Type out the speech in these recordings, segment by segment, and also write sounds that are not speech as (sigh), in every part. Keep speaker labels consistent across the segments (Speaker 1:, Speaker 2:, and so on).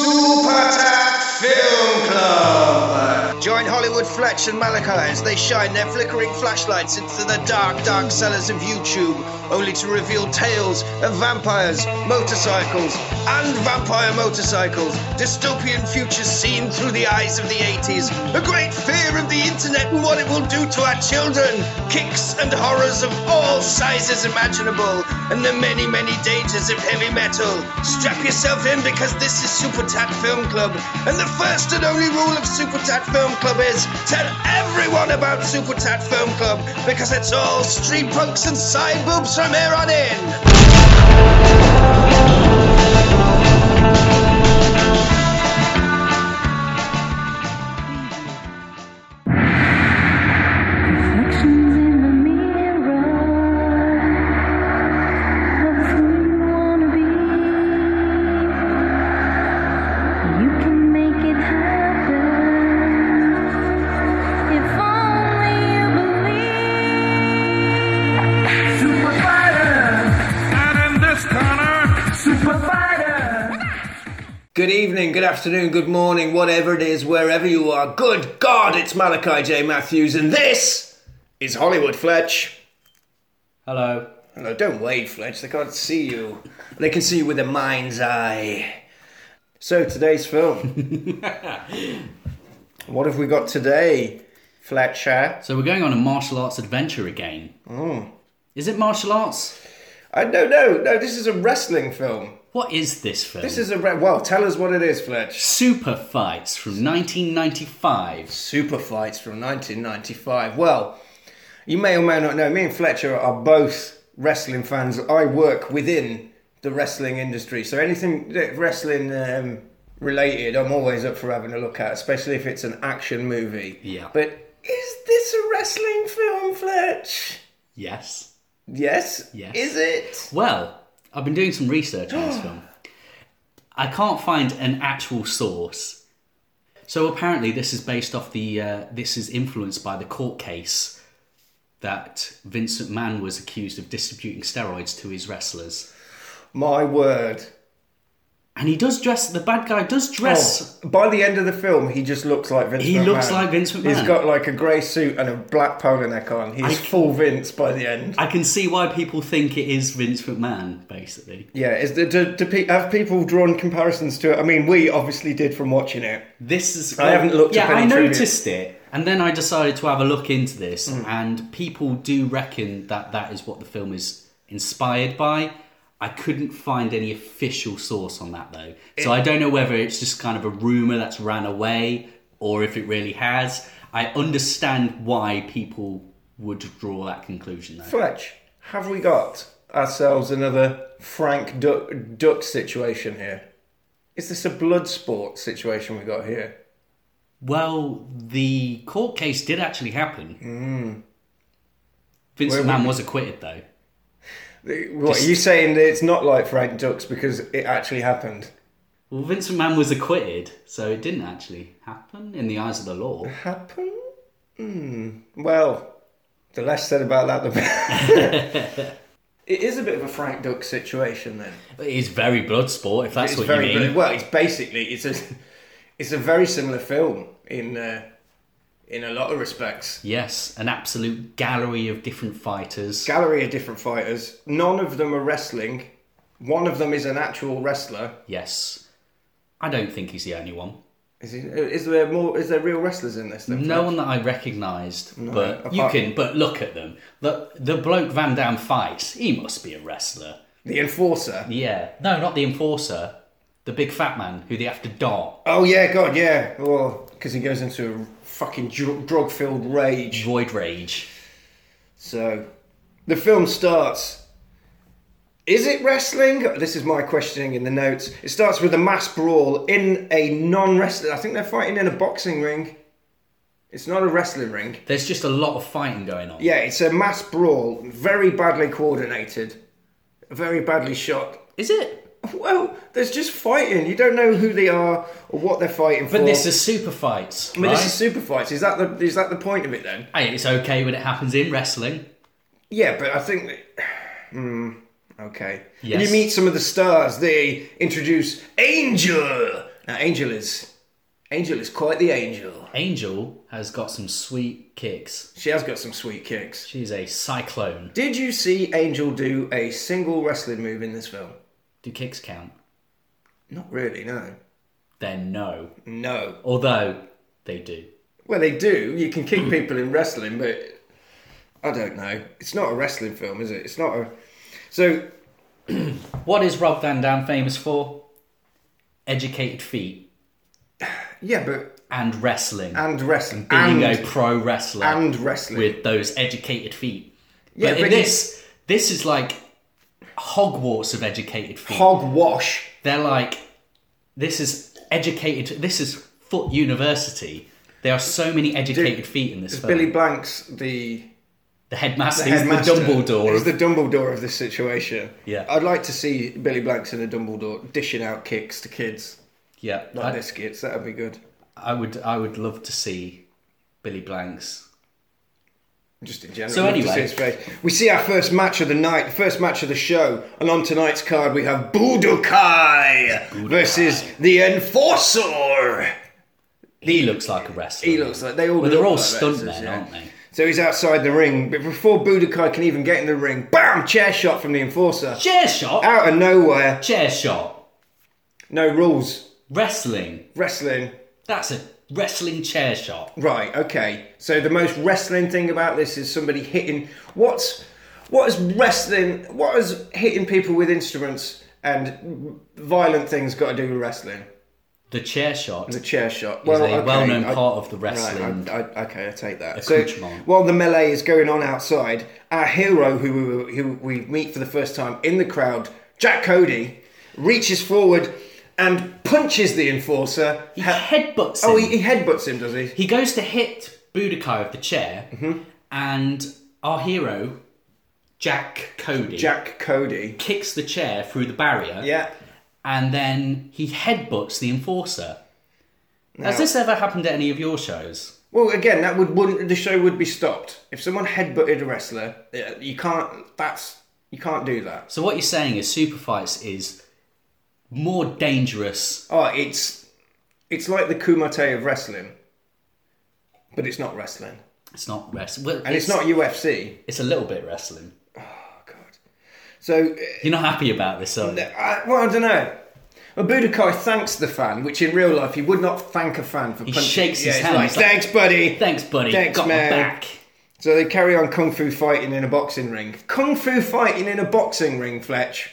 Speaker 1: Super Tap Film Club! Join Hollywood Fletch and Malachi as they shine their flickering flashlights into the dark, dark cellars of YouTube, only to reveal tales of vampires, motorcycles, and vampire motorcycles, dystopian futures seen through the eyes of the 80s, a great fear of the internet and what it will do to our children, kicks and horrors of all sizes imaginable, and the many, many dangers of heavy metal. Strap yourself in because this is Super Tat Film Club, and the first and only rule of Super Tat Film Club is tell everyone about Super Tat Film Club because it's all street punks and side boobs from here on in.
Speaker 2: Reflections in the mirror. That's who you wanna be. You can make it happen if only you believe. Super
Speaker 3: And in this corner,
Speaker 2: Super Fighter.
Speaker 4: Good evening, good afternoon, good morning, whatever it is, wherever you are. Good God, it's Malachi J. Matthews, and this is Hollywood Fletch.
Speaker 5: Hello.
Speaker 4: Hello, don't wave, Fletch, they can't see you. They can see you with their mind's eye. So, today's film. what have we got today, Fletcher?
Speaker 5: So we're going on a martial arts adventure again.
Speaker 4: Mm.
Speaker 5: Is it martial arts?
Speaker 4: I don't know, no, this is a wrestling film.
Speaker 5: What is this film?
Speaker 4: This is a. Re- well, tell us what it is, Fletch.
Speaker 5: Super Fights from 1995.
Speaker 4: Super Fights from 1995. Well, you may or may not know, me and Fletcher are both wrestling fans. I work within the wrestling industry, so anything that wrestling um, related, I'm always up for having a look at, especially if it's an action movie.
Speaker 5: Yeah.
Speaker 4: But is this a wrestling film, Fletch?
Speaker 5: Yes.
Speaker 4: Yes.
Speaker 5: Yes.
Speaker 4: Is it?
Speaker 5: Well, I've been doing some research on
Speaker 4: (gasps)
Speaker 5: this film. I can't find an actual source. So apparently, this is based off the. Uh, this is influenced by the court case that Vincent Mann was accused of distributing steroids to his wrestlers.
Speaker 4: My word.
Speaker 5: And he does dress. The bad guy does dress
Speaker 4: Oh, by the end of the film, he just looks like Vince.
Speaker 5: He
Speaker 4: McMahon.
Speaker 5: looks like Vince
Speaker 4: He's
Speaker 5: McMahon.
Speaker 4: got like a grey suit and a black polo neck on. He's
Speaker 5: I-
Speaker 4: full Vince by the end.
Speaker 5: I can see why people think it is Vince McMahon, basically.
Speaker 4: Yeah, is the, do, do, pe- have people drawn comparisons to it? I mean, we obviously did from watching it.
Speaker 5: This is.
Speaker 4: I haven't looked
Speaker 5: Yeah,
Speaker 4: up any
Speaker 5: I
Speaker 4: trivia. Mm.
Speaker 5: noticed it, and then I decided to have a look into this, and people do reckon that that is what the film is inspired by. I couldn't find any official source on that though, so I don't know whether it's just kind of a rumor that's ran away or if it really has. I understand why people would draw that conclusion though.
Speaker 4: Fletch, have we got ourselves another Frank Duck, Duck situation here? Is this a blood sport situation we got here?
Speaker 5: Well, the court case did actually happen. Vince
Speaker 4: Mm. Where
Speaker 5: McMahon
Speaker 4: we-
Speaker 5: was acquitted, though.
Speaker 4: The- What are you saying that it's not like Frank Ducks because it actually happened?
Speaker 5: Well, Vince McMahon was acquitted, so it didn't actually happen in the eyes of the law.
Speaker 4: Happen? Hmm. Well, the less said about that, the better. (laughs) it is a bit of a Frank Duck situation then.
Speaker 5: But it is very blood sport, if that's
Speaker 4: it's
Speaker 5: what
Speaker 4: very
Speaker 5: you mean.
Speaker 4: brilliant. well. It's basically it's a it's a very similar film in uh, in a lot of respects.
Speaker 5: Yes, an absolute gallery of different fighters.
Speaker 4: Gallery of different fighters. None of them are wrestling. One of them is an actual wrestler.
Speaker 5: yes. I don't think he's the only one.
Speaker 4: Is, he, is there more? Is there real wrestlers in this? Then?
Speaker 5: No one that I recognised, but you
Speaker 4: apart-
Speaker 5: can. But look at them. The the bloke Van Dam fights. He must be a wrestler.
Speaker 4: The enforcer.
Speaker 5: Yeah. No, not the enforcer. The big fat man who they have to dart.
Speaker 4: Oh yeah, God, yeah. Well, because he goes into a fucking dr- drug-filled rage.
Speaker 5: Void rage.
Speaker 4: So, the film starts. Is it wrestling? This is my questioning in the notes. It starts with a mass brawl in a non wrestling. I think they're fighting in a boxing ring. It's not a wrestling ring.
Speaker 5: There's just a lot of fighting going on.
Speaker 4: Yeah, it's a mass brawl. Very badly coordinated. Very badly shot.
Speaker 5: Is it?
Speaker 4: Well, there's just fighting. You don't know who they are or what they're fighting for.
Speaker 5: But this is super fights.
Speaker 4: But
Speaker 5: right?
Speaker 4: this is super fights. Is that the is that the point of it then?
Speaker 5: Hey, it's okay when it happens in wrestling.
Speaker 4: (sighs) Yeah, but I think that, Hmm, Okay.
Speaker 5: Yes.
Speaker 4: You meet some of the stars. They introduce Angel. Now, Angel is Angel is quite the angel.
Speaker 5: Angel has got some sweet kicks.
Speaker 4: She has got some sweet kicks.
Speaker 5: She's a cyclone.
Speaker 4: Did you see Angel do a single wrestling move in this film?
Speaker 5: Do kicks count?
Speaker 4: Not really. No.
Speaker 5: Then no.
Speaker 4: No.
Speaker 5: Although they do.
Speaker 4: Well, they do. You can
Speaker 5: (clears throat)
Speaker 4: kick people in wrestling, but I don't know. It's not a wrestling film, is it? It's not a. So
Speaker 5: What is Rob Van Dam famous for? Educated feet
Speaker 4: yeah, but
Speaker 5: and wrestling.
Speaker 4: and wrestling
Speaker 5: Being a
Speaker 4: and,
Speaker 5: pro wrestler
Speaker 4: and wrestling.
Speaker 5: with those educated feet.
Speaker 4: yeah,
Speaker 5: but in
Speaker 4: you-
Speaker 5: this, this is like Hogwarts of educated feet.
Speaker 4: hog wash.
Speaker 5: They're like, this is educated. This is foot university. There are so many educated feet in this film.
Speaker 4: Billy Blanks, the
Speaker 5: the headmaster,
Speaker 4: the
Speaker 5: is the
Speaker 4: headmaster,
Speaker 5: Dumbledore.
Speaker 4: He's
Speaker 5: of-
Speaker 4: the Dumbledore of this situation.
Speaker 5: Yeah.
Speaker 4: I'd like to see Billy Blanks and a Dumbledore dishing out kicks to kids,
Speaker 5: yeah,
Speaker 4: like
Speaker 5: I,
Speaker 4: biscuits. That'd be good.
Speaker 5: I would. I would love to see Billy Blanks.
Speaker 4: Just in general.
Speaker 5: So
Speaker 4: love to
Speaker 5: anyway.
Speaker 4: see his face. we see our first match of the night, the first match of the show, and on tonight's card we have Budokai, versus the Enforcer.
Speaker 5: He looks like a wrestler.
Speaker 4: He looks like they all.
Speaker 5: Well, they're
Speaker 4: look
Speaker 5: all
Speaker 4: like
Speaker 5: stuntmen,
Speaker 4: wrestlers, yeah.
Speaker 5: aren't they?
Speaker 4: So he's outside the ring, but before Budokai can even get in the ring, bam! Chair shot from the Enforcer.
Speaker 5: Chair shot.
Speaker 4: Out of nowhere,
Speaker 5: Chair shot.
Speaker 4: no rules.
Speaker 5: Wrestling.
Speaker 4: Wrestling.
Speaker 5: That's a wrestling chair shot.
Speaker 4: Right, okay. So the most wrestling thing about this is somebody hitting what's what is wrestling what is hitting people with instruments and violent things got to do with wrestling?
Speaker 5: The chair shot.
Speaker 4: The chair shot.
Speaker 5: is
Speaker 4: Well,
Speaker 5: a
Speaker 4: okay,
Speaker 5: well-known
Speaker 4: I-
Speaker 5: part of the
Speaker 4: right, I-
Speaker 5: wrestling.
Speaker 4: I- okay, I take that. So
Speaker 5: accoutrement.
Speaker 4: while the melee is going on outside, our hero who we, who we meet for the first time in the crowd, Jack Cody, reaches forward and punches the enforcer.
Speaker 5: he headbutts him.
Speaker 4: oh, he, he headbutts him, does he?
Speaker 5: He goes to hit Budokai with the chair, and our hero, Jack Cody,
Speaker 4: Jack Cody.
Speaker 5: kicks the chair through the barrier,
Speaker 4: Yeah.
Speaker 5: and then he headbutts the enforcer. Has
Speaker 4: Now-
Speaker 5: this ever happened at any of your shows?
Speaker 4: Well, again, that would wouldn't the show would be stopped if someone headbutted a wrestler. yeah, You can't. That's you can't do that.
Speaker 5: So what you're saying is super fights is more dangerous.
Speaker 4: Oh, it's it's like the kumite of wrestling, but it's not wrestling,
Speaker 5: It's not wrestling, well,
Speaker 4: and it's, not UFC.
Speaker 5: It's a little bit wrestling.
Speaker 4: Oh God. So,
Speaker 5: You're not happy about this, are you?
Speaker 4: uh, I, well, I don't know. Well, Budokai thanks the fan, which in real life he would not thank a fan for. He
Speaker 5: shakes his hand,
Speaker 4: Like,
Speaker 5: he's like,
Speaker 4: Thanks, buddy.
Speaker 5: Thanks, buddy.
Speaker 4: Thanks,
Speaker 5: Got
Speaker 4: man.
Speaker 5: my back.
Speaker 4: So they carry on kung fu fighting in a boxing ring. Kung fu fighting in a boxing ring, Fletch.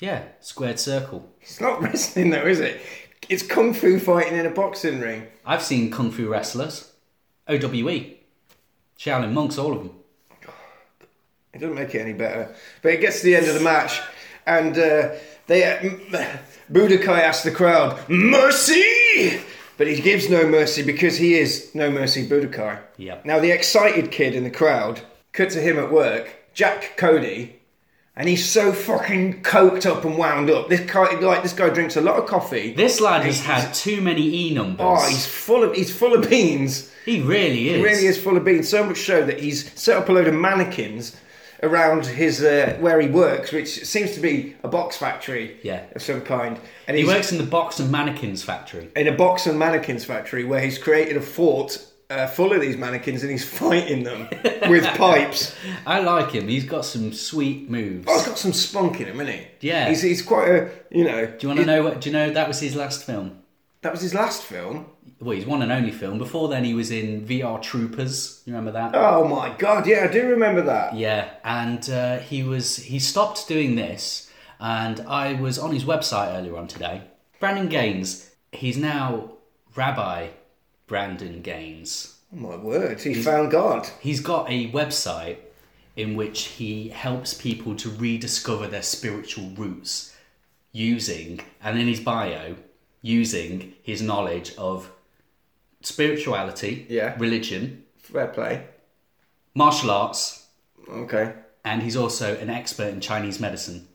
Speaker 5: Yeah, squared circle.
Speaker 4: It's not (laughs) wrestling though, is it? It's kung fu fighting in a boxing ring.
Speaker 5: I've seen kung fu wrestlers, OWE, Shaolin monks, all of them.
Speaker 4: It doesn't make it any better. But it gets to the end of the match, and uh, they uh, m- Budokai asks the crowd, "Mercy!" But he gives no mercy because he is no mercy Budokai.
Speaker 5: Yep.
Speaker 4: Now the excited kid in the crowd cut to him at work, Jack Cody, and he's so fucking coked up and wound up. This guy, like this guy, drinks a lot of coffee.
Speaker 5: This lad has
Speaker 4: He's-
Speaker 5: had too many E numbers.
Speaker 4: Oh, he's full of he's full of beans.
Speaker 5: he really is.
Speaker 4: really is full of beans. So much so that he's set up a load of mannequins around his uh, where he works, which seems to be a box factory
Speaker 5: Yeah.
Speaker 4: of some kind. And
Speaker 5: He
Speaker 4: he's
Speaker 5: works in the box and mannequins factory.
Speaker 4: in a box and mannequins factory where he's created a fort uh, full of these mannequins and he's (laughs) fighting them
Speaker 5: (laughs)
Speaker 4: with pipes.
Speaker 5: I like him. He's got some sweet moves.
Speaker 4: Oh, he's got some spunk in him, isn't he?
Speaker 5: Yeah.
Speaker 4: He's, he's quite a you know.
Speaker 5: Do you want to know what? Do you know that was his last film?
Speaker 4: That was his last film.
Speaker 5: Well, his one and only film. Before then, he was in VR Troopers. You remember that?
Speaker 4: Oh my god, yeah, I do remember that.
Speaker 5: Yeah, and uh, he was he stopped doing this, and I was on his website earlier on today. Brandon Gaines, he's now Rabbi Brandon Gaines.
Speaker 4: Oh my word, he found God.
Speaker 5: He's got a website in which he helps people to rediscover their spiritual roots using, and in his bio, using his knowledge of spirituality,
Speaker 4: Yeah.
Speaker 5: religion,
Speaker 4: Fair play.
Speaker 5: martial arts,
Speaker 4: Okay.
Speaker 5: and he's also an expert in Chinese medicine.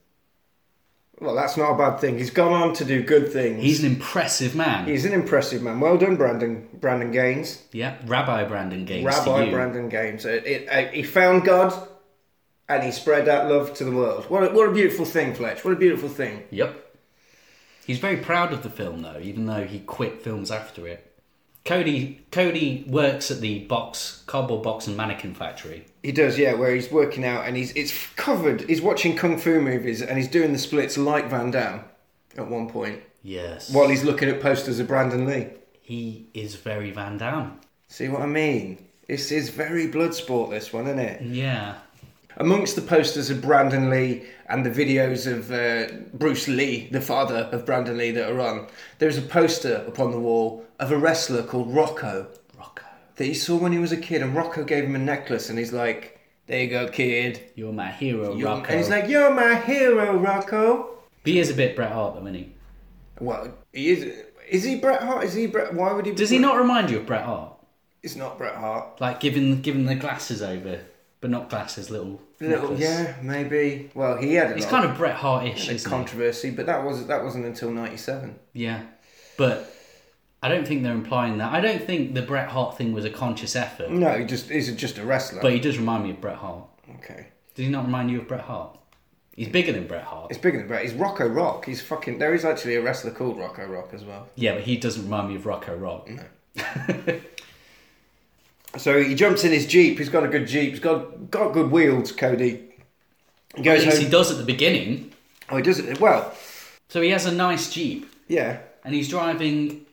Speaker 4: Well, that's not a bad thing. He's gone on to do good things.
Speaker 5: He's an impressive man.
Speaker 4: He's an impressive man. Well done, Brandon. Brandon Gaines,
Speaker 5: yeah, Rabbi Brandon Gaines. to
Speaker 4: Rabbi
Speaker 5: you.
Speaker 4: Brandon Gaines. Uh, it- uh, he found God, and he spread that love to the world. What a, what a beautiful thing, Fletch. What a beautiful thing.
Speaker 5: Yep. He's very proud of the film though, even though he quit films after it. Cody Cody works at the box cardboard box and mannequin factory.
Speaker 4: He does, yeah, where he's working out and he's it's covered. He's watching kung fu movies and he's doing the splits like Van Damme at one point
Speaker 5: Yes.
Speaker 4: while he's looking at posters of Brandon Lee.
Speaker 5: he is very Van Damme.
Speaker 4: See what I mean? This is very blood sport, this one, isn't it?
Speaker 5: Yeah.
Speaker 4: Amongst the posters of Brandon Lee and the videos of uh, Bruce Lee, the father of Brandon Lee, that are on, there is a poster upon the wall of a wrestler called Rocco
Speaker 5: Rocco.
Speaker 4: that he saw when he was a kid. And Rocco gave him a necklace and he's like, There you go, kid.
Speaker 5: You're my hero,
Speaker 4: You're-
Speaker 5: Rocco.
Speaker 4: And he's like, You're my hero, Rocco.
Speaker 5: but he is a bit Bret Hart though, isn't he?
Speaker 4: Well, he is. Is he Bret Hart? Is he Bret? Why would he? be
Speaker 5: Does he
Speaker 4: Bret-
Speaker 5: not remind you of Bret Hart?
Speaker 4: It's not Bret Hart.
Speaker 5: Like giving giving the glasses over, but not glasses, little
Speaker 4: Little,
Speaker 5: necklace.
Speaker 4: yeah, maybe. Well, he had. A
Speaker 5: It's
Speaker 4: lot
Speaker 5: kind of Bret Hart-ish,
Speaker 4: of
Speaker 5: isn't it?
Speaker 4: controversy, but that was that wasn't until '97.
Speaker 5: Yeah, but I don't think they're implying that. I don't think the Bret Hart thing was a conscious effort.
Speaker 4: No, he just he's just a wrestler.
Speaker 5: But he does remind me of Bret Hart.
Speaker 4: okay,
Speaker 5: Did he not remind you of Bret Hart? He's bigger than Bret Hart.
Speaker 4: it's bigger than Bret. He's Rocco Rock. He's fucking. There is actually a wrestler called Rocco Rock as well.
Speaker 5: Yeah, but he doesn't remind me of Rocco Rock. (laughs)
Speaker 4: So he jumps in his jeep. He's got a good jeep. He's got got good wheels. Cody. He
Speaker 5: At
Speaker 4: goes
Speaker 5: least
Speaker 4: home.
Speaker 5: he does at the beginning.
Speaker 4: oh, he does it well.
Speaker 5: So he has a nice Jeep
Speaker 4: Yeah.
Speaker 5: and he's driving.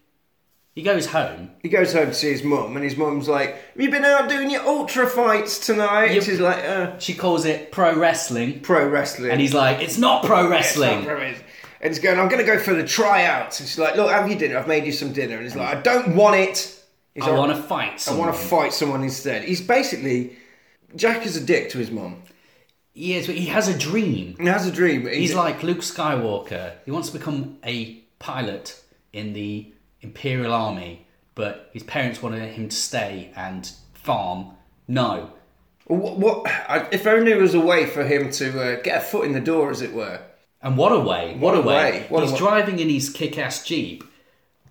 Speaker 5: He goes home.
Speaker 4: He goes home to see his mum, and his mum's like, "Have you been out doing your ultra fights tonight?"
Speaker 5: Yep.
Speaker 4: She's like, uh,
Speaker 5: She calls it pro wrestling.
Speaker 4: "Pro wrestling."
Speaker 5: And he's like, it's not pro
Speaker 4: It's not
Speaker 5: wrestling.
Speaker 4: pro wrestling. And he's going, "I'm going to go for the tryouts." And she's like, "Look, have your dinner. I've made you some dinner." And he's like, "I don't want it. He's
Speaker 5: I
Speaker 4: like,
Speaker 5: want to fight
Speaker 4: I
Speaker 5: someone.
Speaker 4: want to fight someone instead." He's basically Jack is a dick to his mum.
Speaker 5: He is, but he has a dream.
Speaker 4: He has a dream. He's,
Speaker 5: He's like Luke Skywalker. He wants to become a pilot in the Imperial Army, but his parents wanted him to stay and farm. No.
Speaker 4: what? what I, if only there was a way for him to uh, get a foot in the door, as it were.
Speaker 5: And what a way!
Speaker 4: What
Speaker 5: What, a
Speaker 4: a
Speaker 5: way!
Speaker 4: way, what a
Speaker 5: He's
Speaker 4: wa-
Speaker 5: driving in his kick-ass jeep,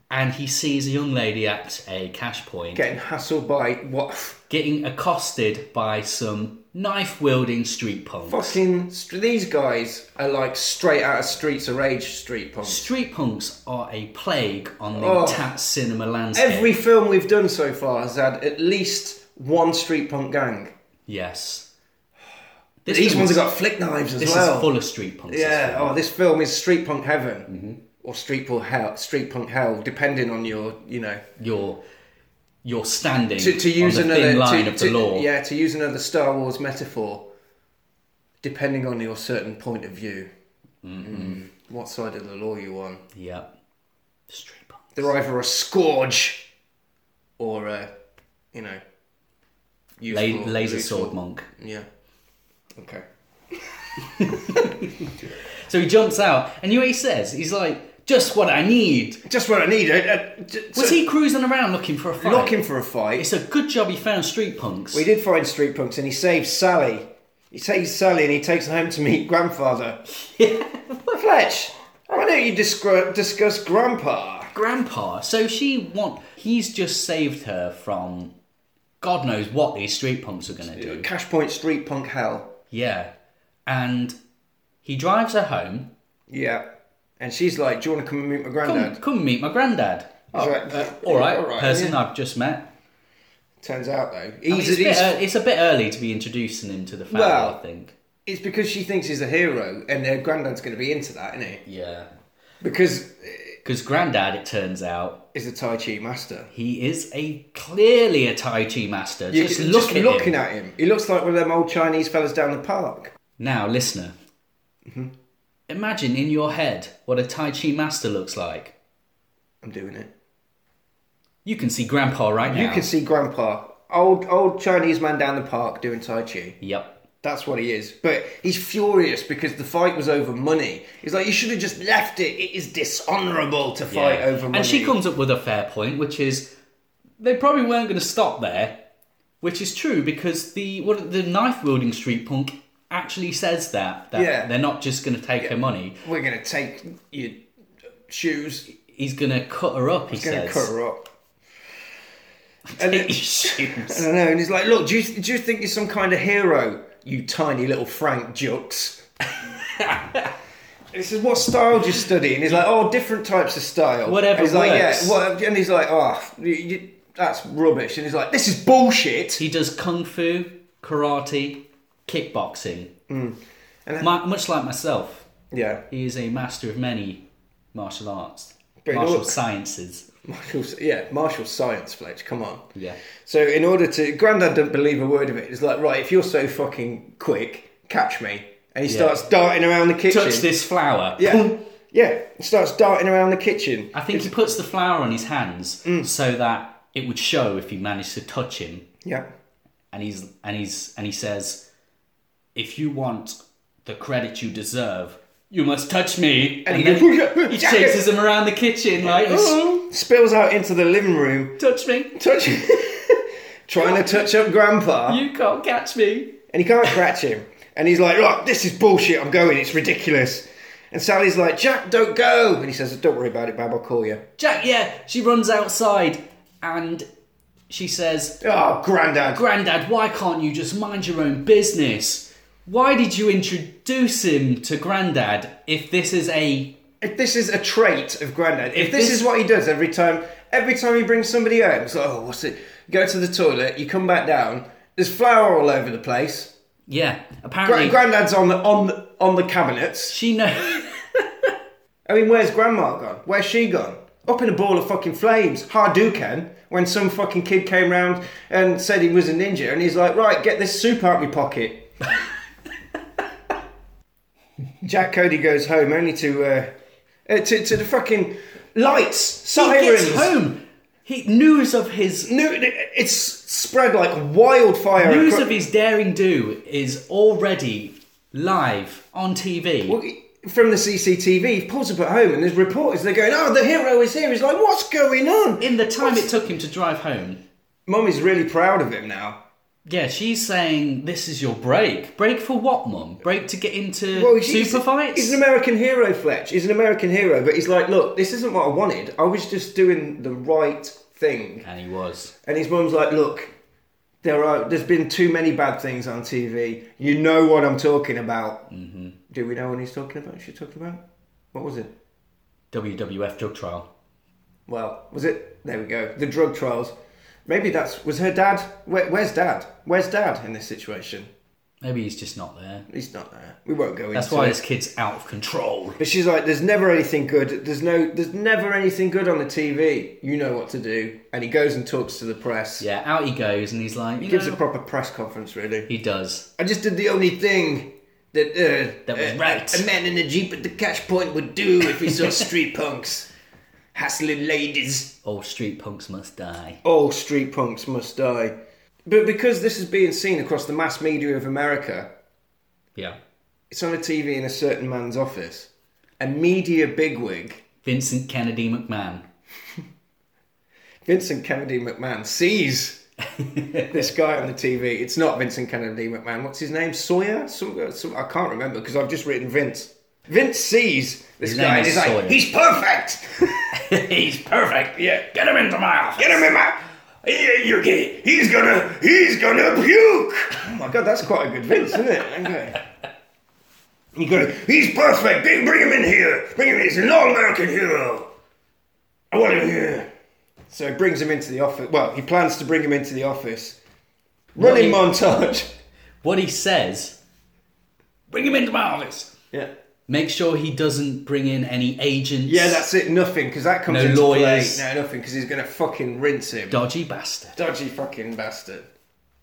Speaker 5: and he sees a young lady at a cash point
Speaker 4: Getting hassled by what? (laughs)
Speaker 5: getting accosted by some knife-wielding street punks.
Speaker 4: Fucking st- these guys are like straight out of Streets of Rage street punks.
Speaker 5: Street punks are a plague on the
Speaker 4: Oh.
Speaker 5: tat cinema landscape.
Speaker 4: Every film we've done so far has had at least one street punk gang.
Speaker 5: yes,
Speaker 4: (sighs)
Speaker 5: this
Speaker 4: These
Speaker 5: film
Speaker 4: ones
Speaker 5: is-
Speaker 4: have got flick knives as
Speaker 5: This
Speaker 4: well.
Speaker 5: is full of Mm-hmm. street punks. this
Speaker 4: yeah.
Speaker 5: film.
Speaker 4: Oh, this film is street punk heaven or street punk hell. Street punk hell, depending on your, you know,
Speaker 5: your your standing
Speaker 4: to, to use
Speaker 5: on the
Speaker 4: another
Speaker 5: thin line
Speaker 4: to,
Speaker 5: of the
Speaker 4: to-
Speaker 5: law.
Speaker 4: Yeah, to use another Star Wars metaphor. Depending on your certain point of view,
Speaker 5: Mm-hmm.
Speaker 4: Mm. what side of the law you on?
Speaker 5: Yep. Street punks.
Speaker 4: They're either a scourge or a, you know,
Speaker 5: La-
Speaker 4: useful-
Speaker 5: laser
Speaker 4: useful-
Speaker 5: sword monk.
Speaker 4: Yeah. Okay.
Speaker 5: So he jumps out, and you know what he says? He's like, "Just what I need."
Speaker 4: Just what I need. Uh, uh, j-
Speaker 5: Was
Speaker 4: so-
Speaker 5: he cruising around looking for a fight?
Speaker 4: looking for a fight?
Speaker 5: It's a good job he found street punks.
Speaker 4: We did find street punks, and he saves Sally. He saves Sally, and he takes her home to meet
Speaker 5: (laughs)
Speaker 4: grandfather. Fletch, why don't you discru- discuss grandpa?
Speaker 5: Grandpa. So she want. He's just saved her from. God knows what these street punks are going to do.
Speaker 4: Cash Point street punk hell.
Speaker 5: Yeah, and he drives her home.
Speaker 4: Yeah. And she's like, "Do you want to come and meet my
Speaker 5: Come,
Speaker 4: granddad?"
Speaker 5: come meet my granddad.
Speaker 4: He's like,
Speaker 5: All right,
Speaker 4: "All right,
Speaker 5: person
Speaker 4: yeah."
Speaker 5: I've just met.
Speaker 4: Turns out though, he's,
Speaker 5: I mean, it's, a bit, uh,
Speaker 4: he's
Speaker 5: ear- it's a bit early to be introducing him to the family.
Speaker 4: Well-
Speaker 5: I think.
Speaker 4: It's because she thinks he's a hero, and her granddad's going to be into that, isn't he?
Speaker 5: Yeah,
Speaker 4: Because
Speaker 5: because granddad, it turns out,
Speaker 4: he's a Tai Chi master.
Speaker 5: He is a clearly a Tai Chi master.
Speaker 4: You-
Speaker 5: Just, look at
Speaker 4: looking
Speaker 5: him.
Speaker 4: at him, he looks like one of them old Chinese fellas down the park.
Speaker 5: Now, listener,
Speaker 4: Mm-hmm.
Speaker 5: imagine in your head what a Tai Chi master looks like.
Speaker 4: I'm doing it.
Speaker 5: You can see Grandpa right now.
Speaker 4: You can see Grandpa, old old Chinese man down the park doing Tai Chi.
Speaker 5: Yep.
Speaker 4: That's what he is. But he's furious because the fight was over money. He's like, you should have just left it. It is dishonourable to fight
Speaker 5: Yeah.
Speaker 4: over money.
Speaker 5: And she comes up with a fair point, which is they probably weren't going to stop there, which is true because the what the knife wielding street punk actually says that that
Speaker 4: Yeah.
Speaker 5: they're not just going to take her money.
Speaker 4: We're going to take your shoes.
Speaker 5: He's going to cut her up. He
Speaker 4: Going
Speaker 5: says.
Speaker 4: to cut
Speaker 5: (laughs)
Speaker 4: her up. And
Speaker 5: His shoes.
Speaker 4: I don't know. And he's like, look, do you, do you think you're some kind of hero? you tiny little Frank jokes. (laughs) This is what style do you study? And he's like, oh, different types of style.
Speaker 5: Whatever
Speaker 4: And he's like,
Speaker 5: works.
Speaker 4: yeah. What, and he's like, oh, you, you, that's rubbish. And he's like, this is bullshit.
Speaker 5: He does kung fu, karate, kickboxing.
Speaker 4: Hmm. And-
Speaker 5: Mu- much like myself,
Speaker 4: Yeah.
Speaker 5: he is a master of many martial arts,
Speaker 4: But
Speaker 5: martial
Speaker 4: look-
Speaker 5: sciences.
Speaker 4: Martial, yeah, martial science, Fletch. Come on.
Speaker 5: Yeah.
Speaker 4: So in order to, Grandad don't believe a word of it. He's like, right, if you're so fucking quick, catch me. And he starts darting around the kitchen.
Speaker 5: Touch this flower.
Speaker 4: Yeah. yeah. He starts darting around the kitchen.
Speaker 5: I think he puts the flower on his hands
Speaker 4: Mm.
Speaker 5: so that it would show if he managed to touch him.
Speaker 4: Yeah.
Speaker 5: And he's and he's and he says, "If you want the credit you deserve, you must touch me."
Speaker 4: And he
Speaker 5: then
Speaker 4: goes,
Speaker 5: he chases him around the kitchen like,
Speaker 4: Spills out into the living room,
Speaker 5: "Touch me,
Speaker 4: touch, (laughs) trying to touch up Grandpa,
Speaker 5: you can't catch me."
Speaker 4: and he can't catch him. And he's like, "Look, this is bullshit. I'm going. It's ridiculous." And Sally's like, "Jack, don't go." And he says, "Don't worry about it, Bab. I'll call you."
Speaker 5: Jack, yeah, she runs outside and she says,
Speaker 4: Oh, Grandad.
Speaker 5: Grandad, why can't you just mind your own business? Why did you introduce him to Grandad if this is a.
Speaker 4: If this is a trait of Grandad, if,
Speaker 5: If
Speaker 4: this,
Speaker 5: this-
Speaker 4: is what he does every time, every time he brings somebody home, it's like, oh, what's it? Go to the toilet, you come back down, there's flour all over the place.
Speaker 5: Yeah, apparently.
Speaker 4: Gra- Grandad's on the on the, on the cabinets.
Speaker 5: she
Speaker 4: (laughs)
Speaker 5: knows.
Speaker 4: I mean, where's Grandma gone? Where's she gone? Up in a ball of fucking flames, Hadouken. When some fucking kid came round and said he was a ninja, and he's like, right, get this soup out of my
Speaker 5: (laughs)
Speaker 4: pocket. Jack Cody goes home only to uh, uh, to, to the fucking lights,
Speaker 5: He
Speaker 4: sirens.
Speaker 5: gets home. He, news of his.
Speaker 4: New, it's spread like wildfire.
Speaker 5: News
Speaker 4: acro-
Speaker 5: of his daring do is already live on TV.
Speaker 4: from the CCTV, he pulls up at home, and there's reporters. They're going, "Oh, the hero is here." He's like, "What's going on?"
Speaker 5: In the time it took him to drive home.
Speaker 4: Mum is really proud of him now.
Speaker 5: Yeah, she's saying, This is your break. Break for what, Mum? Break to get into
Speaker 4: he's-
Speaker 5: super fights?
Speaker 4: He's an American hero, Fletch. He's an American hero, but he's like, "Look, this isn't what I wanted. I was just doing the right thing."
Speaker 5: and he was.
Speaker 4: And his mum's like, "Look, there are. There's been too many bad things on TV. You know what I'm talking about.
Speaker 5: Mm-hmm.
Speaker 4: Do we know what he's talking about? She's talking about what was it?
Speaker 5: WWF drug trial.
Speaker 4: Well, was it? There we go. The drug trials. Maybe that's was her dad. Where, where's dad? Where's dad in this situation?
Speaker 5: Maybe he's just not there.
Speaker 4: He's not there. We won't go
Speaker 5: That's
Speaker 4: into
Speaker 5: why
Speaker 4: it.
Speaker 5: this kid's out of control.
Speaker 4: But she's like, "There's never anything good. There's no. There's never anything good on the TV. You know what to do." And he goes and talks to the press.
Speaker 5: Yeah, out he goes, and he's like, you
Speaker 4: Gives
Speaker 5: know,
Speaker 4: a proper press conference. Really,
Speaker 5: he does.
Speaker 4: I just did the only thing that uh,
Speaker 5: That was
Speaker 4: uh,
Speaker 5: right.
Speaker 4: A man in a jeep at the cash point would do if he
Speaker 5: (laughs)
Speaker 4: saw street punks hassling ladies.
Speaker 5: All street punks must die.
Speaker 4: all street punks must die. But because this is being seen across the mass media of America,
Speaker 5: Yeah.
Speaker 4: it's on a TV in a certain man's office. A media bigwig,
Speaker 5: Vincent Kennedy McMahon.
Speaker 4: Vincent Kennedy McMahon, sees this guy on the TV. It's not Vincent Kennedy McMahon. What's his name? Sawyer? Some, uh, some, I can't remember because I've just written Vince. Vince sees this
Speaker 5: His
Speaker 4: guy
Speaker 5: name
Speaker 4: and
Speaker 5: is
Speaker 4: he's like,
Speaker 5: Sawyer.
Speaker 4: he's perfect! (laughs)
Speaker 5: (laughs) he's perfect.
Speaker 4: yeah,
Speaker 5: Get him into my office.
Speaker 4: get him in my. Yeah, You're gay. He's gonna, he's gonna puke. Oh my god, that's quite a good Vince, isn't it? Okay. You gotta, he's perfect. Bring, bring him in here. Bring him in. He's an all-American hero. I want him here. So he brings him into the office. Well, he plans to bring him into the office. Running
Speaker 5: Well,
Speaker 4: montage.
Speaker 5: What he says, bring him into my office.
Speaker 4: Yeah.
Speaker 5: Make sure he doesn't bring in any agents.
Speaker 4: Yeah, that's it. Nothing, because that comes
Speaker 5: No
Speaker 4: into
Speaker 5: lawyers.
Speaker 4: play. No, nothing, because he's gonna fucking rinse him.
Speaker 5: Dodgy bastard.
Speaker 4: Dodgy fucking bastard.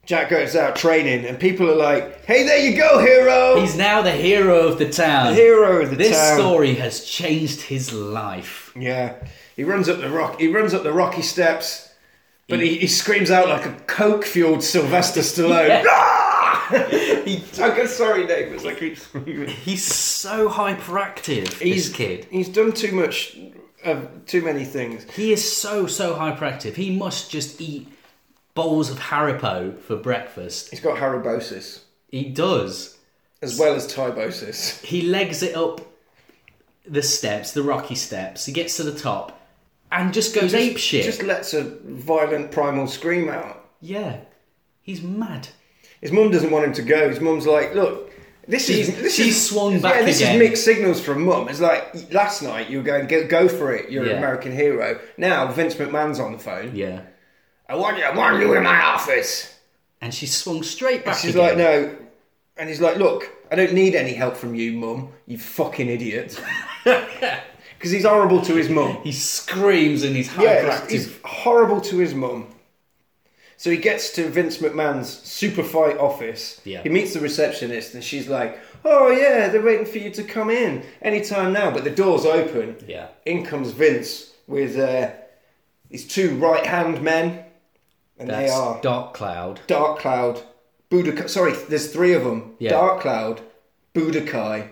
Speaker 4: Jack goes out training, and people are like, "Hey, there you go, hero."
Speaker 5: He's now the hero of the town.
Speaker 4: hero of the
Speaker 5: This
Speaker 4: town.
Speaker 5: story has changed his life.
Speaker 4: Yeah, he runs up the rock. He runs up the rocky steps, but he, he screams out like a coke-fueled
Speaker 5: (laughs)
Speaker 4: Sylvester Stallone.
Speaker 5: Yeah.
Speaker 4: Ah!
Speaker 5: (laughs)
Speaker 4: (laughs)
Speaker 5: He,
Speaker 4: I'm good, sorry, neighbours. I keep (laughs) screaming.
Speaker 5: he's so hyperactive. this kid.
Speaker 4: He's done too much of too many things.
Speaker 5: He is so so hyperactive. He must just eat bowls of Haribo for breakfast.
Speaker 4: He's got haribosis
Speaker 5: He does.
Speaker 4: as well as tybosis.
Speaker 5: He legs it up the steps, the rocky steps. He gets to the top and just goes ape shit.
Speaker 4: Just lets a violent primal scream out.
Speaker 5: Yeah, he's mad.
Speaker 4: His mum doesn't want him to go. His mum's like, look, this is
Speaker 5: She's-
Speaker 4: this
Speaker 5: she's
Speaker 4: is,
Speaker 5: swung
Speaker 4: Yeah,
Speaker 5: back
Speaker 4: this
Speaker 5: again.
Speaker 4: is mixed signals from mum. It's like last night you were going go, go for it. You're an
Speaker 5: Yeah.
Speaker 4: American hero. Now Vince McMahon's on the phone.
Speaker 5: Yeah.
Speaker 4: I want you. I want you in my office.
Speaker 5: And she swung straight back.
Speaker 4: She's
Speaker 5: again.
Speaker 4: like, no. And he's like, look, I don't need any help from you, mum. You fucking
Speaker 5: (laughs)
Speaker 4: idiot. (laughs) Because he's horrible to his mum.
Speaker 5: He screams and he's
Speaker 4: Yeah,
Speaker 5: hyperactive.
Speaker 4: he's, he's horrible to his mum. So he gets to Vince McMahon's super fight office.
Speaker 5: Yeah.
Speaker 4: He meets the receptionist and she's like, Oh, yeah, they're waiting for you to come in anytime now. But the door's open.
Speaker 5: Yeah.
Speaker 4: In comes Vince with uh, his two right hand men. And
Speaker 5: That's
Speaker 4: they are
Speaker 5: Dark Cloud.
Speaker 4: Dark Cloud, Budokai. Sorry, there's three of them
Speaker 5: Yeah.
Speaker 4: Dark Cloud, Budokai,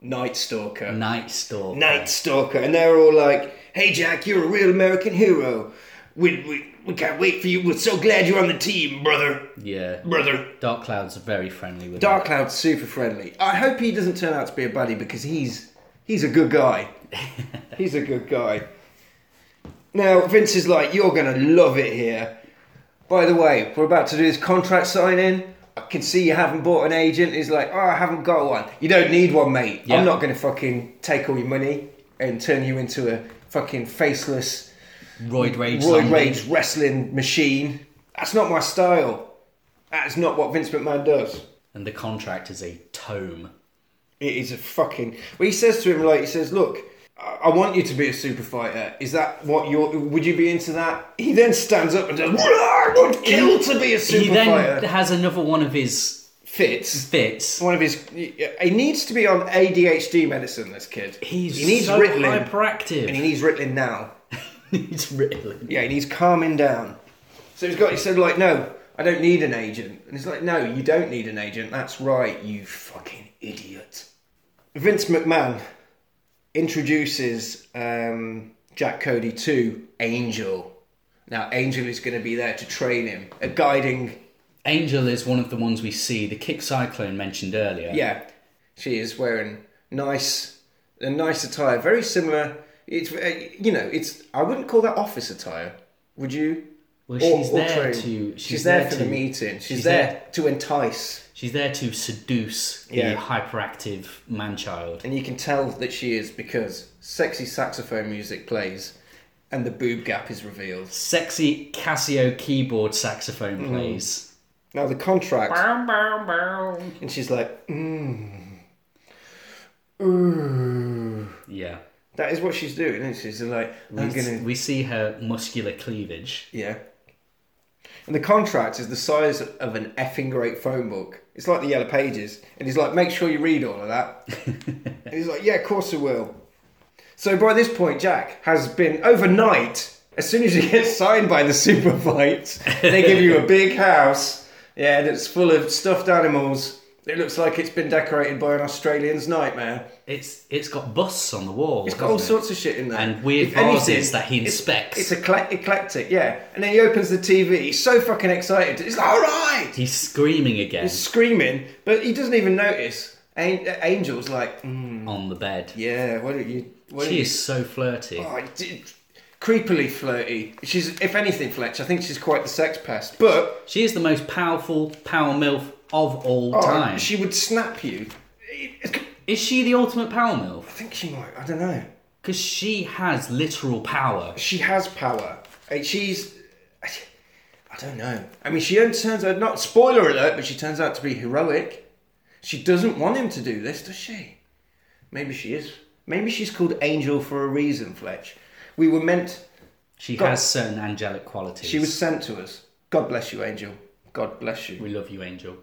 Speaker 4: Night Stalker.
Speaker 5: Night Storm.
Speaker 4: Night Stalker, and they're all like, "Hey Jack, you're a real American hero. We we, we can't wait for you. We're so glad you're on the team, brother,
Speaker 5: Yeah.
Speaker 4: brother."
Speaker 5: Dark Cloud's very friendly with
Speaker 4: Dark Cloud's super friendly. I hope he doesn't turn out to be a buddy because he's he's a good
Speaker 5: (laughs)
Speaker 4: guy. he's a good guy. Now Vince is like, "You're gonna love it here." By the way, we're about to do this contract signing. I can see you haven't bought an agent. He's like, "Oh, I haven't got one." You don't need one, mate.
Speaker 5: Yeah.
Speaker 4: I'm not gonna fucking take all your money and turn you into a fucking faceless
Speaker 5: him. Roid Rage.
Speaker 4: Roy
Speaker 5: zombie.
Speaker 4: Rage wrestling machine. That's not my style. That is not what Vince McMahon does.
Speaker 5: And the contract is a tome.
Speaker 4: It is a fucking. Well, he says to him like he says, "Look, I I want you to be a super fighter. Is that what you're? Would you be into that?" He then stands up and does. "Wah, I would kill to be a super
Speaker 5: He then
Speaker 4: fighter.
Speaker 5: has another one of his
Speaker 4: Fits
Speaker 5: fits.
Speaker 4: one of his. He needs to be on ADHD medicine. This kid.
Speaker 5: He's
Speaker 4: he needs
Speaker 5: so
Speaker 4: Ritalin,
Speaker 5: hyperactive. (laughs)
Speaker 4: and he needs Ritalin now.
Speaker 5: He's Ritalin.
Speaker 4: Yeah, he needs calming down. So he's got. He said like, "No, I don't need an agent." And he's like, "No, you don't need an agent. That's right, you fucking idiot." Vince McMahon introduces um, Jack Cody to Angel. Now, Angel is going to be there to train him, a guiding.
Speaker 5: Angel is one of the ones we see. The Kick Cyclone mentioned earlier.
Speaker 4: Yeah, she is wearing nice, a nice attire, very similar. It's uh, you know, it's I wouldn't call that office attire. Would you?
Speaker 5: Well,
Speaker 4: Or-
Speaker 5: she's
Speaker 4: or
Speaker 5: there
Speaker 4: train.
Speaker 5: to. She's,
Speaker 4: there,
Speaker 5: there
Speaker 4: for
Speaker 5: to,
Speaker 4: the meeting. She's,
Speaker 5: she's
Speaker 4: there,
Speaker 5: there-
Speaker 4: to entice,
Speaker 5: She's there to seduce
Speaker 4: Yeah.
Speaker 5: the hyperactive man child.
Speaker 4: and you can tell that she is because sexy saxophone music plays, and the boob gap is revealed.
Speaker 5: Sexy Casio keyboard
Speaker 4: Mm.
Speaker 5: saxophone plays.
Speaker 4: Now the contract, and she's like, mm, ooh.
Speaker 5: Yeah.
Speaker 4: That is what she's doing, isn't she? She's like, I'm gonna,
Speaker 5: We see her muscular cleavage.
Speaker 4: yeah. And the contract is the size of an effing great phone book. It's like the Yellow Pages, and he's like, make sure you read all of that. And he's like, Yeah, of course I will. So by this point, Jack has been overnight, as soon as you get (laughs) signed by the super fight, they give you a big house, yeah, that's full of stuffed animals. It looks like it's been decorated by an Australian's nightmare.
Speaker 5: It's it's got busts on the wall.
Speaker 4: It's got all sorts of shit in there.
Speaker 5: And weird
Speaker 4: If anything,
Speaker 5: vases that he
Speaker 4: it's-
Speaker 5: inspects.
Speaker 4: It's, ecle- eclectic, yeah. And then he opens the TV, he's so fucking excited. He's like, all right!
Speaker 5: He's screaming again
Speaker 4: He's screaming, but he doesn't even notice. An- Angel's like, "Mm,
Speaker 5: on the bed.
Speaker 4: yeah, what are you... What are
Speaker 5: She
Speaker 4: you
Speaker 5: is so flirty.
Speaker 4: Oh, I did- creepily flirty. She's, if anything, Fletch, I think she's quite the sex pest. But
Speaker 5: She is the most powerful power milf of all
Speaker 4: oh,
Speaker 5: time.
Speaker 4: she would snap you.
Speaker 5: Is she the ultimate power milf?
Speaker 4: I think she might. I don't know.
Speaker 5: Because she has literal power.
Speaker 4: She has power. And she's. I don't know. I mean, she turns out not spoiler alert, but she turns out to be heroic. She doesn't want him to do this, does she? Maybe she is. Maybe she's called Angel for a reason, Fletch. We were meant.
Speaker 5: She
Speaker 4: God.
Speaker 5: has certain angelic qualities.
Speaker 4: She was sent to us. God bless you, Angel. God bless you.
Speaker 5: We love you, Angel.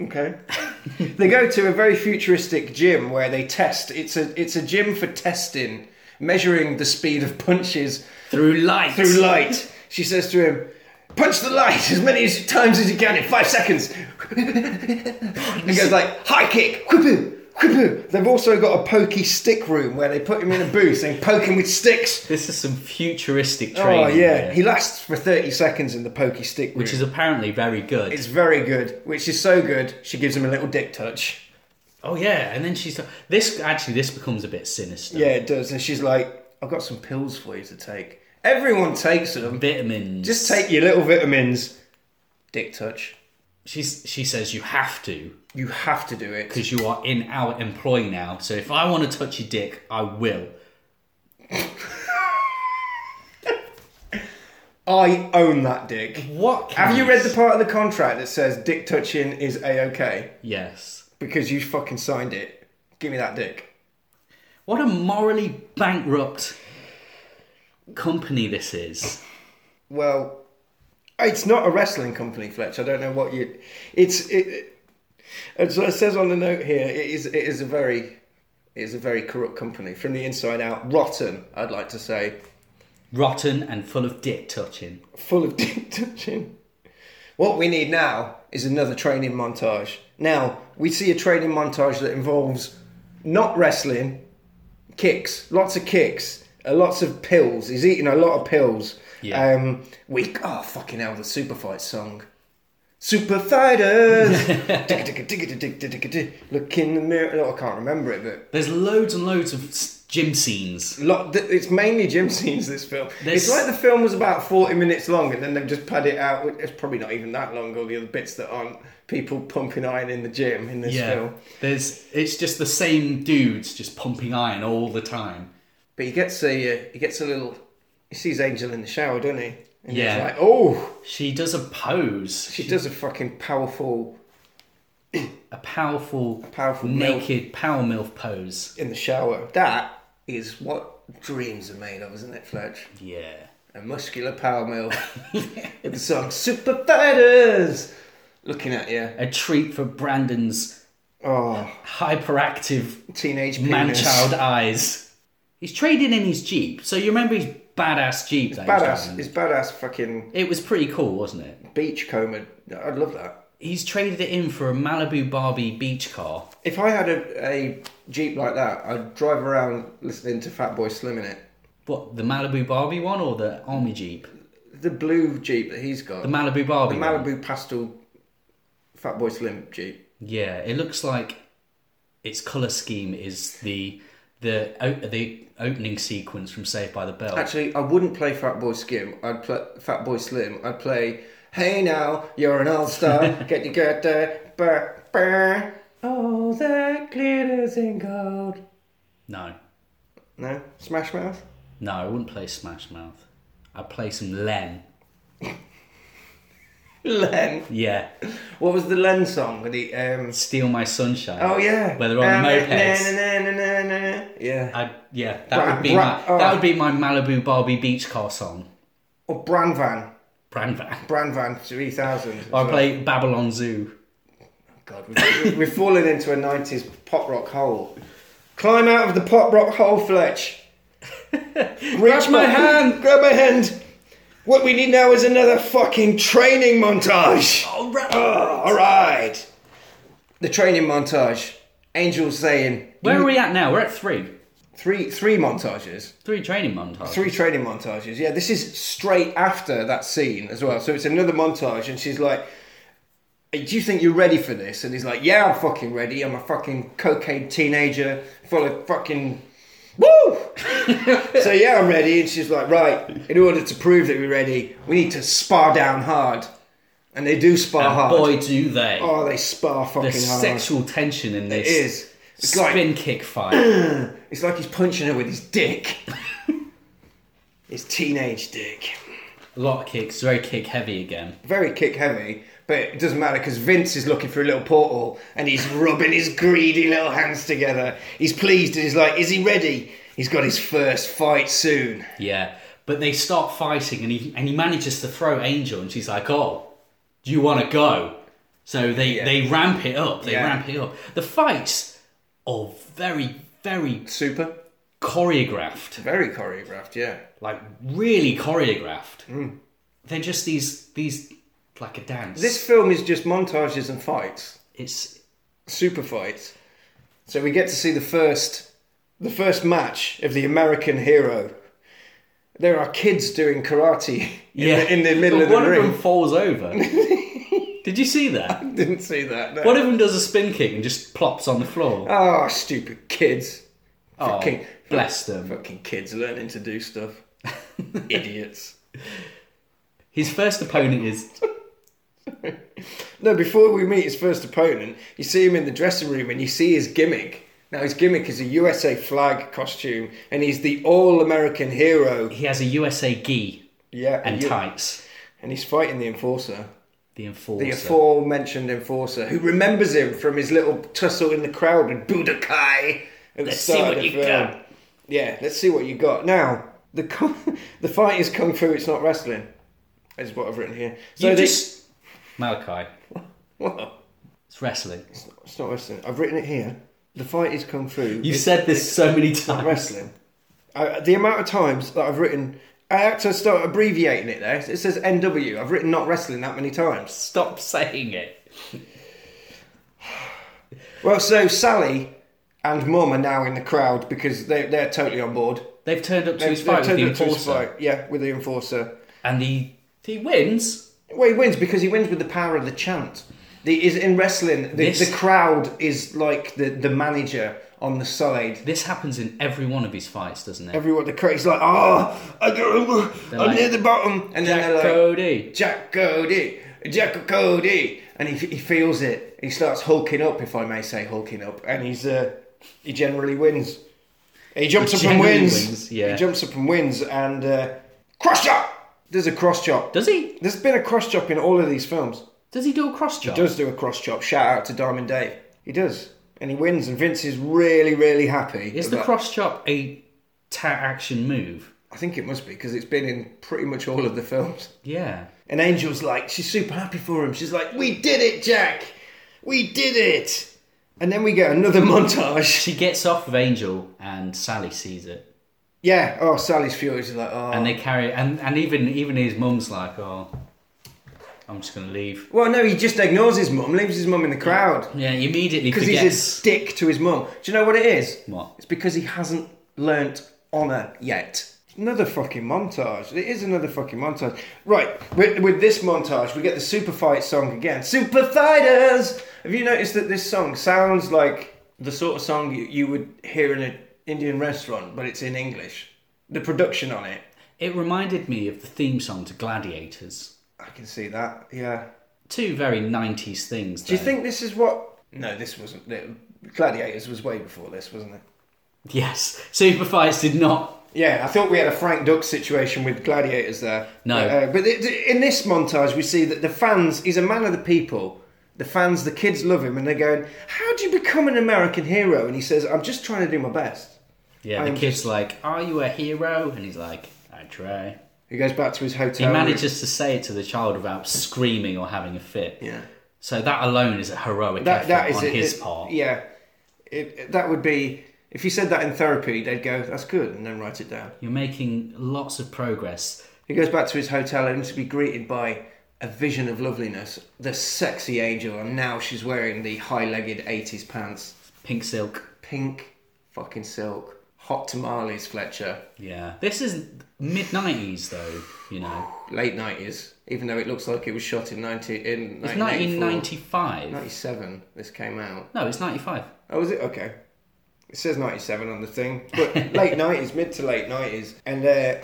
Speaker 4: Okay. (laughs) they go to a very futuristic gym where they test. It's a it's a gym for testing, measuring the speed of (laughs) punches
Speaker 5: Through light.
Speaker 4: through light. She says to him, "Punch the light as many as times as you can in five seconds." and goes like high kick, whippoo, whippoo. They've also got a pokey stick room where they put him in a booth and poke him with sticks.
Speaker 5: This is some futuristic training.
Speaker 4: Oh yeah,
Speaker 5: here,
Speaker 4: he lasts for thirty seconds in the pokey stick room,
Speaker 5: which is apparently very good.
Speaker 4: it's very good. Which is so good, she gives him a little dick touch.
Speaker 5: Oh yeah, and then she's this. Actually, this becomes a bit sinister.
Speaker 4: Yeah, it does. And she's like, I've got some pills for you to take. Everyone takes them.
Speaker 5: Vitamins.
Speaker 4: Just take your little vitamins. Dick touch.
Speaker 5: she's she says you have to
Speaker 4: You have to do it.
Speaker 5: because you are in our employ now. So if I want to touch your dick, I will.
Speaker 4: I own that dick.
Speaker 5: What?
Speaker 4: Have you read the part of the contract that says dick touching is a okay?
Speaker 5: Yes.
Speaker 4: Because you fucking signed it. Give me that dick.
Speaker 5: What a morally bankrupt company this is.
Speaker 4: Well, it's not a wrestling company, Fletch. I don't know what you. It's it. As it says on the note here, it is it is a very, it is a very corrupt company from the inside out. Rotten, I'd like to say,
Speaker 5: Rotten and full of dick touching.
Speaker 4: full of (laughs) dick touching. What we need now is another training montage. Now we see a training montage that involves not wrestling, kicks, lots of kicks, uh, lots of pills. He's eating a lot of pills.
Speaker 5: Yeah.
Speaker 4: Um, we oh fucking hell, the super fight song. Super fighters. Look in the mirror. Oh, I can't remember it, but
Speaker 5: There's loads and loads of s- gym scenes.
Speaker 4: lot. It's mainly gym (laughs) scenes. This film.
Speaker 5: There's-
Speaker 4: It's like the film was about forty minutes long, and then they've just pad it out. with- It's probably not even that long. All the other bits that aren't people pumping iron in the gym in this
Speaker 5: Yeah.
Speaker 4: film.
Speaker 5: There's it's just the same dudes just pumping iron all the time.
Speaker 4: But he gets a uh, he gets a little. He sees Angel in the shower, doesn't he? And
Speaker 5: Yeah.
Speaker 4: He's like, oh,
Speaker 5: She does a pose.
Speaker 4: she does a fucking powerful
Speaker 5: a powerful,
Speaker 4: powerful
Speaker 5: naked power milf pose.
Speaker 4: in the shower. That is what dreams are made of, isn't it, Fletch?
Speaker 5: Yeah.
Speaker 4: A muscular power mill.
Speaker 5: (laughs)
Speaker 4: With the song Super Fighters! Looking at you.
Speaker 5: A treat for Brandon's
Speaker 4: Oh,
Speaker 5: hyperactive
Speaker 4: teenage
Speaker 5: man
Speaker 4: penis.
Speaker 5: child eyes. He's trading in his Jeep. So you remember his badass Jeep that he was
Speaker 4: Badass.
Speaker 5: driving?
Speaker 4: It's badass fucking
Speaker 5: It was pretty cool, wasn't it?
Speaker 4: beachcomber. I'd love that.
Speaker 5: He's traded it in for a Malibu Barbie beach car.
Speaker 4: If I had a, a Jeep like that, I'd drive around listening to Fatboy Slim in it.
Speaker 5: What, the Malibu Barbie one or the Army Jeep?
Speaker 4: The blue Jeep that he's got.
Speaker 5: The Malibu Barbie
Speaker 4: The
Speaker 5: one.
Speaker 4: Malibu pastel Fatboy Slim Jeep.
Speaker 5: Yeah, it looks like its color scheme is the the o- the opening sequence from Saved by the Bell.
Speaker 4: Actually, I wouldn't play Fatboy Slim. I'd play Fatboy Slim. I'd play Hey Now, You're an All
Speaker 5: (laughs)
Speaker 4: Star. get your get there, bah, bah. All that glitters in gold.
Speaker 5: no,
Speaker 4: No, Smash Mouth.
Speaker 5: no, I wouldn't play Smash Mouth. I'd play some Len.
Speaker 4: Len.
Speaker 5: Yeah,
Speaker 4: What was the Len song? The um.
Speaker 5: Steal My Sunshine.
Speaker 4: Oh yeah.
Speaker 5: where they're
Speaker 4: Na,
Speaker 5: on the
Speaker 4: na,
Speaker 5: mopeds.
Speaker 4: na, na, na, na, na. Yeah.
Speaker 5: I, yeah, that would be
Speaker 4: Bra-
Speaker 5: my
Speaker 4: bra-
Speaker 5: that
Speaker 4: oh.
Speaker 5: would be my Malibu Barbie beach car song.
Speaker 4: Or Branvan.
Speaker 5: Brandvan.
Speaker 4: Branvan 3000. as
Speaker 5: Or I
Speaker 4: well.
Speaker 5: play Babylon Zoo.
Speaker 4: God, we've, we've fallen into a 90s pop rock hole. Climb out of the pop rock hole, Fletch. Reach
Speaker 5: my hand.
Speaker 4: Grab my hand. What we need now is another fucking training montage.
Speaker 5: All right.
Speaker 4: Oh, all right. The training montage. Angel's saying
Speaker 5: Where are we at now? We're at three,
Speaker 4: three three montages,
Speaker 5: three training montage.
Speaker 4: three training montages. Yeah, this is straight after that scene as well. So it's another montage, and she's like, "Hey, "Do you think you're ready for this?" And he's like, "Yeah, I'm fucking ready. I'm a fucking cocaine teenager full of fucking." Woo! (laughs) so yeah, I'm ready. And she's like, right. In order to prove that we're ready, we need to spar down hard, and they do spar
Speaker 5: And
Speaker 4: hard.
Speaker 5: boy, do they!
Speaker 4: oh, they spar fucking
Speaker 5: There's
Speaker 4: hard.
Speaker 5: sexual tension in this.
Speaker 4: It is. It's like
Speaker 5: spin
Speaker 4: (clears throat)
Speaker 5: kick fight.
Speaker 4: It's like he's punching her with his dick. (laughs) his teenage dick.
Speaker 5: A lot of kicks, very kick heavy again.
Speaker 4: Very kick heavy, but it doesn't matter because Vince is looking through a little portal and he's rubbing his greedy little hands together. He's pleased and he's like, Is he ready? He's got his first fight soon.
Speaker 5: Yeah. But they start fighting and he and he manages to throw Angel and she's like, Oh, do you wanna go? So they, they ramp it up, they
Speaker 4: Yeah.
Speaker 5: ramp it up. The fights are very, very
Speaker 4: Super.
Speaker 5: choreographed.
Speaker 4: Very choreographed, yeah.
Speaker 5: Like really choreographed.
Speaker 4: Mm.
Speaker 5: They're just these these like a dance.
Speaker 4: This film is just montages and fights.
Speaker 5: it's
Speaker 4: Super fights. So we get to see the first the first match of the American hero. There are kids doing karate in,
Speaker 5: yeah.
Speaker 4: the, in the middle
Speaker 5: But
Speaker 4: of the
Speaker 5: one
Speaker 4: ring.
Speaker 5: of them falls over. Did you see
Speaker 4: (laughs)
Speaker 5: that?
Speaker 4: Didn't see that. No.
Speaker 5: One of them does a spin kick and just plops on the floor.
Speaker 4: Oh, stupid kids.
Speaker 5: Oh,
Speaker 4: fucking-
Speaker 5: bless them.
Speaker 4: Fucking kids learning to do (laughs) stuff.
Speaker 5: (laughs)
Speaker 4: Idiots.
Speaker 5: His first opponent is
Speaker 4: No, before we meet his first opponent, you see him in the dressing room and you see his gimmick. Now, his gimmick is a USA flag costume and he's the all American hero.
Speaker 5: He has a USA gi
Speaker 4: Yeah.
Speaker 5: and
Speaker 4: you-
Speaker 5: tights.
Speaker 4: And he's fighting the enforcer.
Speaker 5: The enforcer.
Speaker 4: The aforementioned enforcer who remembers him from his little tussle in the crowd with Budokai at the
Speaker 5: Let's
Speaker 4: start
Speaker 5: see what
Speaker 4: of the
Speaker 5: you
Speaker 4: film.
Speaker 5: got.
Speaker 4: Yeah, let's see what you got. Now, the (laughs) kung- the fight is kung fu, it's not wrestling, is what I've written here. So
Speaker 5: You
Speaker 4: they-
Speaker 5: just Malachi.
Speaker 4: What?
Speaker 5: It's wrestling.
Speaker 4: It's not wrestling. I've written it here. The fight is kung fu.
Speaker 5: You've said this so many times.
Speaker 4: wrestling. I, the amount of times that I've written, I had to start abbreviating it there. It says NW. I've written not wrestling that many times.
Speaker 5: Stop saying it.
Speaker 4: Well, so Sally and Mum are now in the crowd because they, they're totally on board.
Speaker 5: They've turned up to
Speaker 4: They've-
Speaker 5: his fight
Speaker 4: they've
Speaker 5: with the
Speaker 4: turned up to his
Speaker 5: enforcer,
Speaker 4: fight, Yeah, with the enforcer.
Speaker 5: and he he wins.
Speaker 4: Well, he wins because he wins with the power of the chant. The, is in wrestling, the,
Speaker 5: This-
Speaker 4: the crowd is like the, the manager on the side.
Speaker 5: This happens in every one of his fights, doesn't it?
Speaker 4: Everyone, the crowd is like, oh, I go, I'm
Speaker 5: like,
Speaker 4: near the bottom, and then they're
Speaker 5: Jack
Speaker 4: like,
Speaker 5: Cody.
Speaker 4: Jack Cody, Jack Cody, and he, he feels it. He starts hulking up, if I may say, hulking up, and he's uh, he generally wins. He jumps
Speaker 5: He
Speaker 4: up and
Speaker 5: generally
Speaker 4: wins.
Speaker 5: wins, yeah.
Speaker 4: He jumps up and wins, and uh, cross chop. There's a cross chop.
Speaker 5: Does he?
Speaker 4: There's been a cross chop in all of these films.
Speaker 5: Does he do a cross chop?
Speaker 4: He does do a cross chop. Shout out to Diamond Dave. He does, and he wins, and Vince is really, really happy.
Speaker 5: Is the
Speaker 4: about-
Speaker 5: cross chop a ta action move?
Speaker 4: I think it must be because it's been in pretty much all of the films.
Speaker 5: Yeah.
Speaker 4: And Angel's like, she's super happy for him. She's like, we did it, Jack. We did it. And then we get another (laughs) montage.
Speaker 5: She gets off of Angel, and Sally sees it,
Speaker 4: Yeah. Oh, Sally's furious. She's like, oh.
Speaker 5: and they carry it, and and even even his mum's like, oh, I'm just gonna leave.
Speaker 4: well, no, he just ignores his mum, leaves his mum in the crowd
Speaker 5: Yeah, he immediately
Speaker 4: because he's
Speaker 5: forgets.
Speaker 4: a dick to his mum. Do you know what it is?
Speaker 5: What?
Speaker 4: It's because he hasn't learnt honour yet. Another fucking montage. It is another fucking montage. Right, with, with this montage, we get the Super Fight song again. Super Fighters! Have you noticed that this song sounds like the sort of song you, you would hear in an Indian restaurant, but it's in English? The production on it.
Speaker 5: It reminded me of the theme song to Gladiators.
Speaker 4: I can see that, yeah.
Speaker 5: Two very 90s things.
Speaker 4: Do you think this is what. No, this wasn't. Gladiators was way before this, wasn't it?
Speaker 5: Yes. (laughs) Super Fights did not.
Speaker 4: Yeah, I thought we had a Frank Duck situation with gladiators there.
Speaker 5: No.
Speaker 4: Uh, but it, in this montage, we see that the fans, he's a man of the people. The fans, the kids love him, and they're going, How do you become an American hero? And he says, I'm just trying to do my best.
Speaker 5: Yeah,
Speaker 4: I'm
Speaker 5: the kid's like, Are you a hero? And he's like, I try.
Speaker 4: He goes back to his
Speaker 5: He
Speaker 4: hotel.
Speaker 5: manages to say it to the child without screaming or having a fit.
Speaker 4: room. Yeah.
Speaker 5: So that alone is a heroic
Speaker 4: That,
Speaker 5: effort
Speaker 4: that is
Speaker 5: on
Speaker 4: it,
Speaker 5: his
Speaker 4: it-
Speaker 5: part.
Speaker 4: Yeah. It, that would be, if you said that in therapy, they'd go, That's good, and then write it down.
Speaker 5: You're making lots of progress.
Speaker 4: He goes back to his hotel and to be greeted by a vision of loveliness, the sexy angel, and now she's wearing the high legged 80s pants.
Speaker 5: Pink silk.
Speaker 4: pink fucking silk, hot tamales, Fletcher,
Speaker 5: Yeah. This is mid 90s though, you know.
Speaker 4: late nineties. Even though it looks like it was shot in ninety in
Speaker 5: It's
Speaker 4: 1994.
Speaker 5: 1995.
Speaker 4: 97 This came out.
Speaker 5: No, it's 95.
Speaker 4: Oh, is it okay? It says ninety seven on the thing, but late nineties, mid to late nineties, and uh,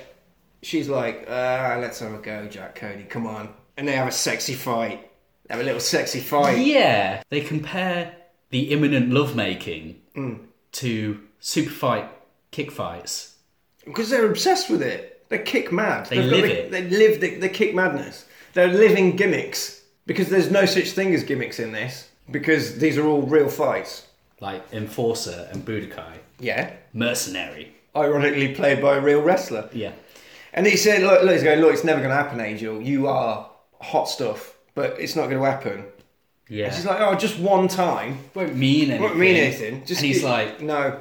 Speaker 4: she's like, uh, "Let's have a go, Jack Cody. Come on!" And they have a sexy fight. They have a little sexy fight.
Speaker 5: Yeah. They compare the imminent lovemaking
Speaker 4: Mm.
Speaker 5: to super fight kick fights.
Speaker 4: Because they're obsessed with it. They're kick mad. They
Speaker 5: live
Speaker 4: the,
Speaker 5: it.
Speaker 4: They live the, the kick madness. They're living gimmicks. Because there's no such thing as gimmicks in this. Because these are all real fights.
Speaker 5: Like Enforcer and Budokai.
Speaker 4: Yeah.
Speaker 5: Mercenary.
Speaker 4: Ironically played by a real wrestler.
Speaker 5: Yeah.
Speaker 4: And he said, look, look, he's going, look, it's never going to happen, Angel. You are hot stuff, but it's not going to happen.
Speaker 5: Yeah.
Speaker 4: She's like, oh, just one time.
Speaker 5: won't mean anything.
Speaker 4: Won't mean anything. Just
Speaker 5: and he's
Speaker 4: it-
Speaker 5: like,
Speaker 4: no.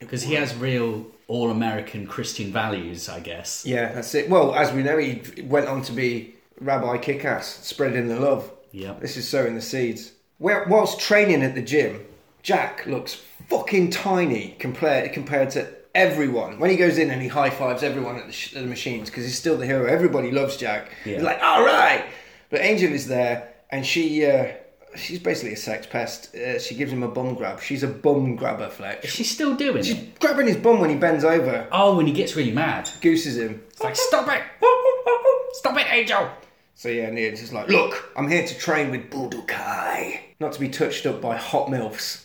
Speaker 5: because he has real all American Christian values, I guess.
Speaker 4: Yeah, that's it. Well, as we know, he went on to be Rabbi Kickass, spreading the love.
Speaker 5: Yeah.
Speaker 4: This is sowing the seeds. Where, whilst training at the gym, Jack looks fucking tiny compared compared to everyone. When he goes in and he high fives everyone at the, sh- at the machines because he's still the hero. Everybody loves Jack.
Speaker 5: Yeah.
Speaker 4: He's like, all right. But Angel is there, and she uh, she's basically a sex pest. Uh, she gives him a bum grab. She's a bum grabber, Fletch.
Speaker 5: She's still doing
Speaker 4: She's
Speaker 5: it.
Speaker 4: grabbing his bum when he bends over,
Speaker 5: Oh, when he gets really mad, (laughs)
Speaker 4: gooses him.
Speaker 5: it's like, stop it! Stop it, Angel!
Speaker 4: So yeah, and it's just like, look, I'm here to train with Budokai, not to be touched up by hot milfs.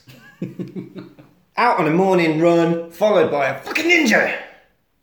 Speaker 4: Out on a morning run, followed by a fucking ninja,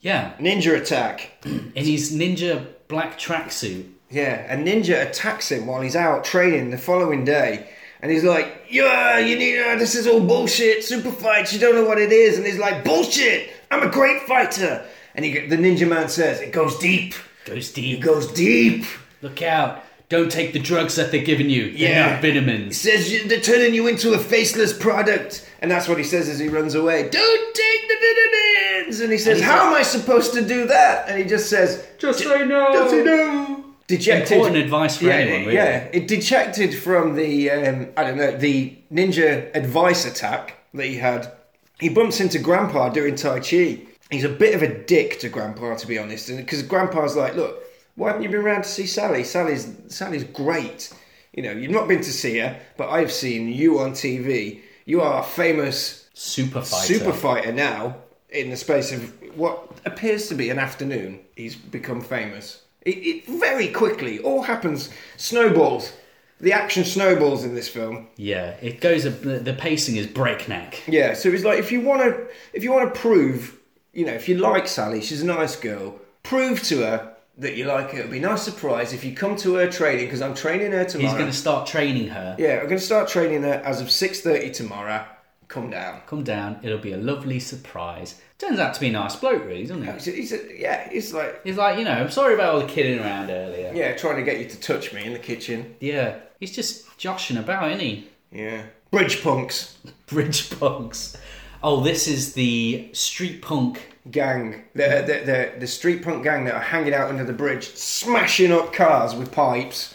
Speaker 5: Yeah,
Speaker 4: ninja attack.
Speaker 5: in his ninja black tracksuit.
Speaker 4: Yeah, a ninja attacks him while he's out training the following day. And he's like, yeah, you need, uh, this is all bullshit, super fights, you don't know what it is. And he's like, bullshit, I'm a great fighter. And he, the ninja man says, it goes deep,
Speaker 5: Goes
Speaker 4: it
Speaker 5: deep.
Speaker 4: goes deep.
Speaker 5: Look out! Don't take the drugs that they're giving you. They're
Speaker 4: Yeah.
Speaker 5: not
Speaker 4: He
Speaker 5: vitamins.
Speaker 4: says, you- they're turning you into a faceless product. And that's what he says as he runs away. Don't take the vitamins. And he says,
Speaker 5: he's
Speaker 4: how
Speaker 5: like-
Speaker 4: am I supposed to do that? And he just says,
Speaker 5: Just say no.
Speaker 4: Just say no. Dejected.
Speaker 5: Important advice for
Speaker 4: yeah,
Speaker 5: anyone,
Speaker 4: it-
Speaker 5: really.
Speaker 4: Yeah, it dejected from the um, I don't know the ninja advice attack that he had. He bumps into Grandpa doing Tai Chi. He's a bit of a dick to Grandpa, to be honest, because Grandpa's like, "Look, why haven't you been around to see Sally? Sally's Sally's great. You know, you've not been to see her, but I've seen you on TV. You are a famous
Speaker 5: Super fighter.
Speaker 4: super fighter now. In the space of what appears to be an afternoon, he's become famous. It, it very quickly all happens. Snowballs. The action snowballs in this film.
Speaker 5: yeah, it goes. uh, The the pacing is breakneck.
Speaker 4: Yeah. So it's like if you want to, if you want to prove, you know, if you like Sally, she's a nice girl. Prove to her that you like her. It'll be a nice surprise if you come to her training because I'm training her tomorrow.
Speaker 5: He's going to start training her.
Speaker 4: Yeah, I'm gonna start training her as of six thirty tomorrow. Come down.
Speaker 5: Come down. It'll be a lovely surprise. Turns out to be a nice bloke, really, doesn't he?
Speaker 4: He's, he's a, yeah. He's like
Speaker 5: He's like, you know, I'm sorry about all the kidding around earlier.
Speaker 4: yeah, trying to get you to touch me in the kitchen.
Speaker 5: Yeah. He's just joshing about, isn't he?
Speaker 4: Yeah. Bridge punks
Speaker 5: Bridge punks. Oh, this is the street punk.
Speaker 4: gang. The, the, the, the street punk gang that are hanging out under the bridge, smashing up cars with pipes.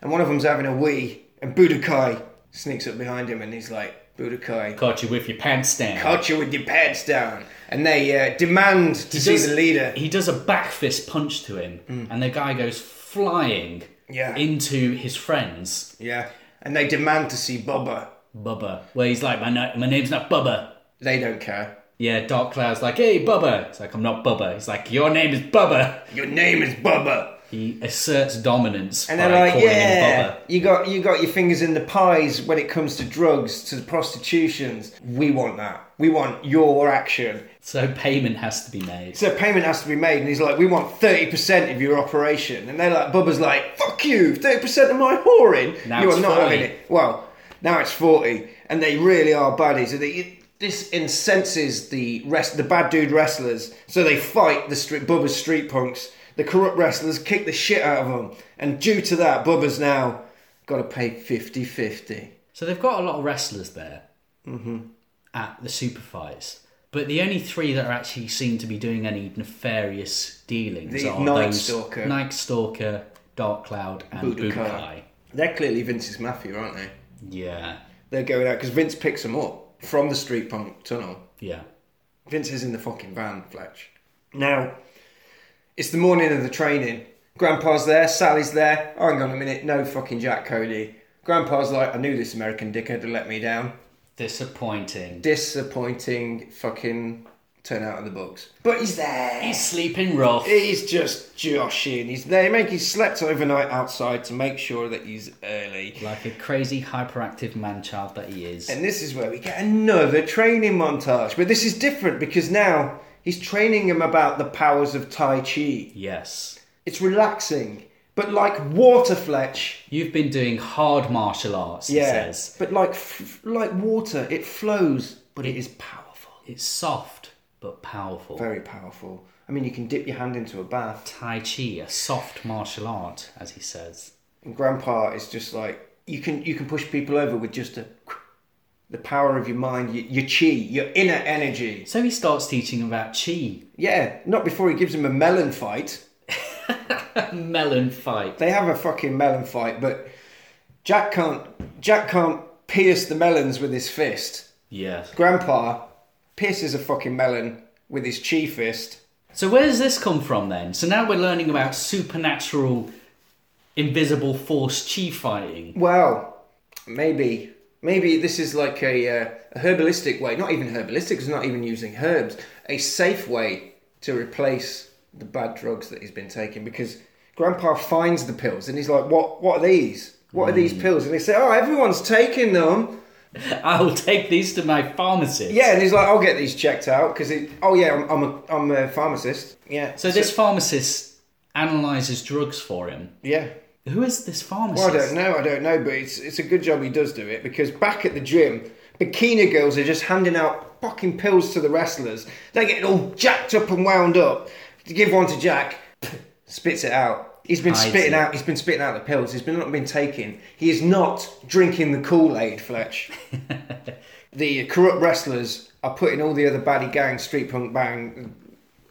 Speaker 4: And one of them's having a wee. And Budokai sneaks up behind him and he's like, Budokai,
Speaker 5: Caught you with your pants down.
Speaker 4: caught you with your pants down. And they uh, demand to see
Speaker 5: does-
Speaker 4: the leader. Mm.
Speaker 5: He does a back fist punch to him, and the guy goes flying
Speaker 4: Yeah.
Speaker 5: into his friends,
Speaker 4: Yeah. And they demand to see Bubba.
Speaker 5: Bubba. Where he's like, my, na- my name's not Bubba.
Speaker 4: They don't care.
Speaker 5: Yeah, Dark Cloud's like, hey, Bubba. It's like, I'm not Bubba. He's like, your name is Bubba.
Speaker 4: Your name is Bubba.
Speaker 5: He asserts dominance
Speaker 4: And
Speaker 5: by
Speaker 4: they're like,
Speaker 5: calling him
Speaker 4: yeah,
Speaker 5: Bubba.
Speaker 4: you got you got your fingers in the pies when it comes to drugs, to prostitutions. We want that. We want your action.
Speaker 5: So payment has to be made.
Speaker 4: So payment has to be made, and he's like, we want thirty percent of your operation. And they're like, Bubba's like, fuck you, thirty percent of my whoring.
Speaker 5: Now
Speaker 4: you
Speaker 5: it's
Speaker 4: are not
Speaker 5: 40.
Speaker 4: having it. Well, now it's forty, and they really are baddies. And they, this incenses the rest, the bad dude wrestlers. So they fight the street, Bubba's street punks. The corrupt wrestlers kick the shit out of them, and due to that, Bubba's now got to pay 50-50.
Speaker 5: So they've got a lot of wrestlers there
Speaker 4: Mm-hmm.
Speaker 5: at the super fights, but the only three that are actually seem to be doing any nefarious dealings
Speaker 4: The
Speaker 5: are
Speaker 4: Night
Speaker 5: those
Speaker 4: Stalker.
Speaker 5: Night Stalker, Dark Cloud, and
Speaker 4: Budokai.
Speaker 5: Budokai.
Speaker 4: They're clearly Vince's mafia, aren't they?
Speaker 5: Yeah,
Speaker 4: They're going out because Vince picks them up from the street punk tunnel.
Speaker 5: yeah.
Speaker 4: Vince is in the fucking van, Fletch. Now, it's the morning of the training. Grandpa's there, Sally's there. Hang on a minute, no fucking Jack Cody. Grandpa's like, I knew this American dickhead had let me down.
Speaker 5: Disappointing.
Speaker 4: Disappointing fucking turn out of the books. But he's there.
Speaker 5: He's sleeping rough.
Speaker 4: He's just joshing. He's there. Make he slept overnight outside to make sure that he's early.
Speaker 5: Like a crazy hyperactive man child that he is.
Speaker 4: And this is where we get another training montage. But this is different because now he's training him about the powers of Tai Chi.
Speaker 5: yes.
Speaker 4: It's relaxing, but like water, Fletch.
Speaker 5: You've been doing hard martial arts, he says.
Speaker 4: But like, f- like water, it flows, but it is powerful.
Speaker 5: It's soft but powerful.
Speaker 4: Very powerful. I mean, you can dip your hand into a bath.
Speaker 5: tai Chi, a soft martial art, as he says.
Speaker 4: And Grandpa is just like, you can you can push people over with just a, the power of your mind, your, your chi, your inner energy.
Speaker 5: So he starts teaching about chi,
Speaker 4: Yeah, not before he gives him a melon fight.
Speaker 5: melon fight.
Speaker 4: they have a fucking melon fight, but Jack can't Jack can't pierce the melons with his fist.
Speaker 5: Yeah.
Speaker 4: Grandpa pierces a fucking melon with his chi fist.
Speaker 5: So where does this come from then? So now we're learning about supernatural, invisible force chi fighting. (laughs)
Speaker 4: Well, maybe maybe this is like a, uh, a herbalistic way, not even herbalistic, it's not even using herbs, a safe way to replace the bad drugs that he's been taking because Grandpa finds the pills and he's like, "What? What are these? What are
Speaker 5: Hmm.
Speaker 4: these pills?" And they say, "Oh, everyone's taking them."
Speaker 5: I will take these to my pharmacist.
Speaker 4: Yeah, and he's like, "I'll get these checked out because it." Oh yeah, I'm I'm a, I'm a pharmacist. Yeah.
Speaker 5: So this pharmacist analyzes drugs for him.
Speaker 4: Yeah.
Speaker 5: Who is this pharmacist?
Speaker 4: Well, I don't know. I don't know, but it's it's a good job he does do it because back at the gym, bikini girls are just handing out fucking pills to the wrestlers. They get all jacked up and wound up. To give one to Jack, spits it out. He's been
Speaker 5: Hides
Speaker 4: spitting
Speaker 5: it.
Speaker 4: out. He's been spitting out the pills. He's been not been taking. He is not drinking the Kool Aid, Fletch. the corrupt wrestlers are putting all the other baddie gangs, street punk bang,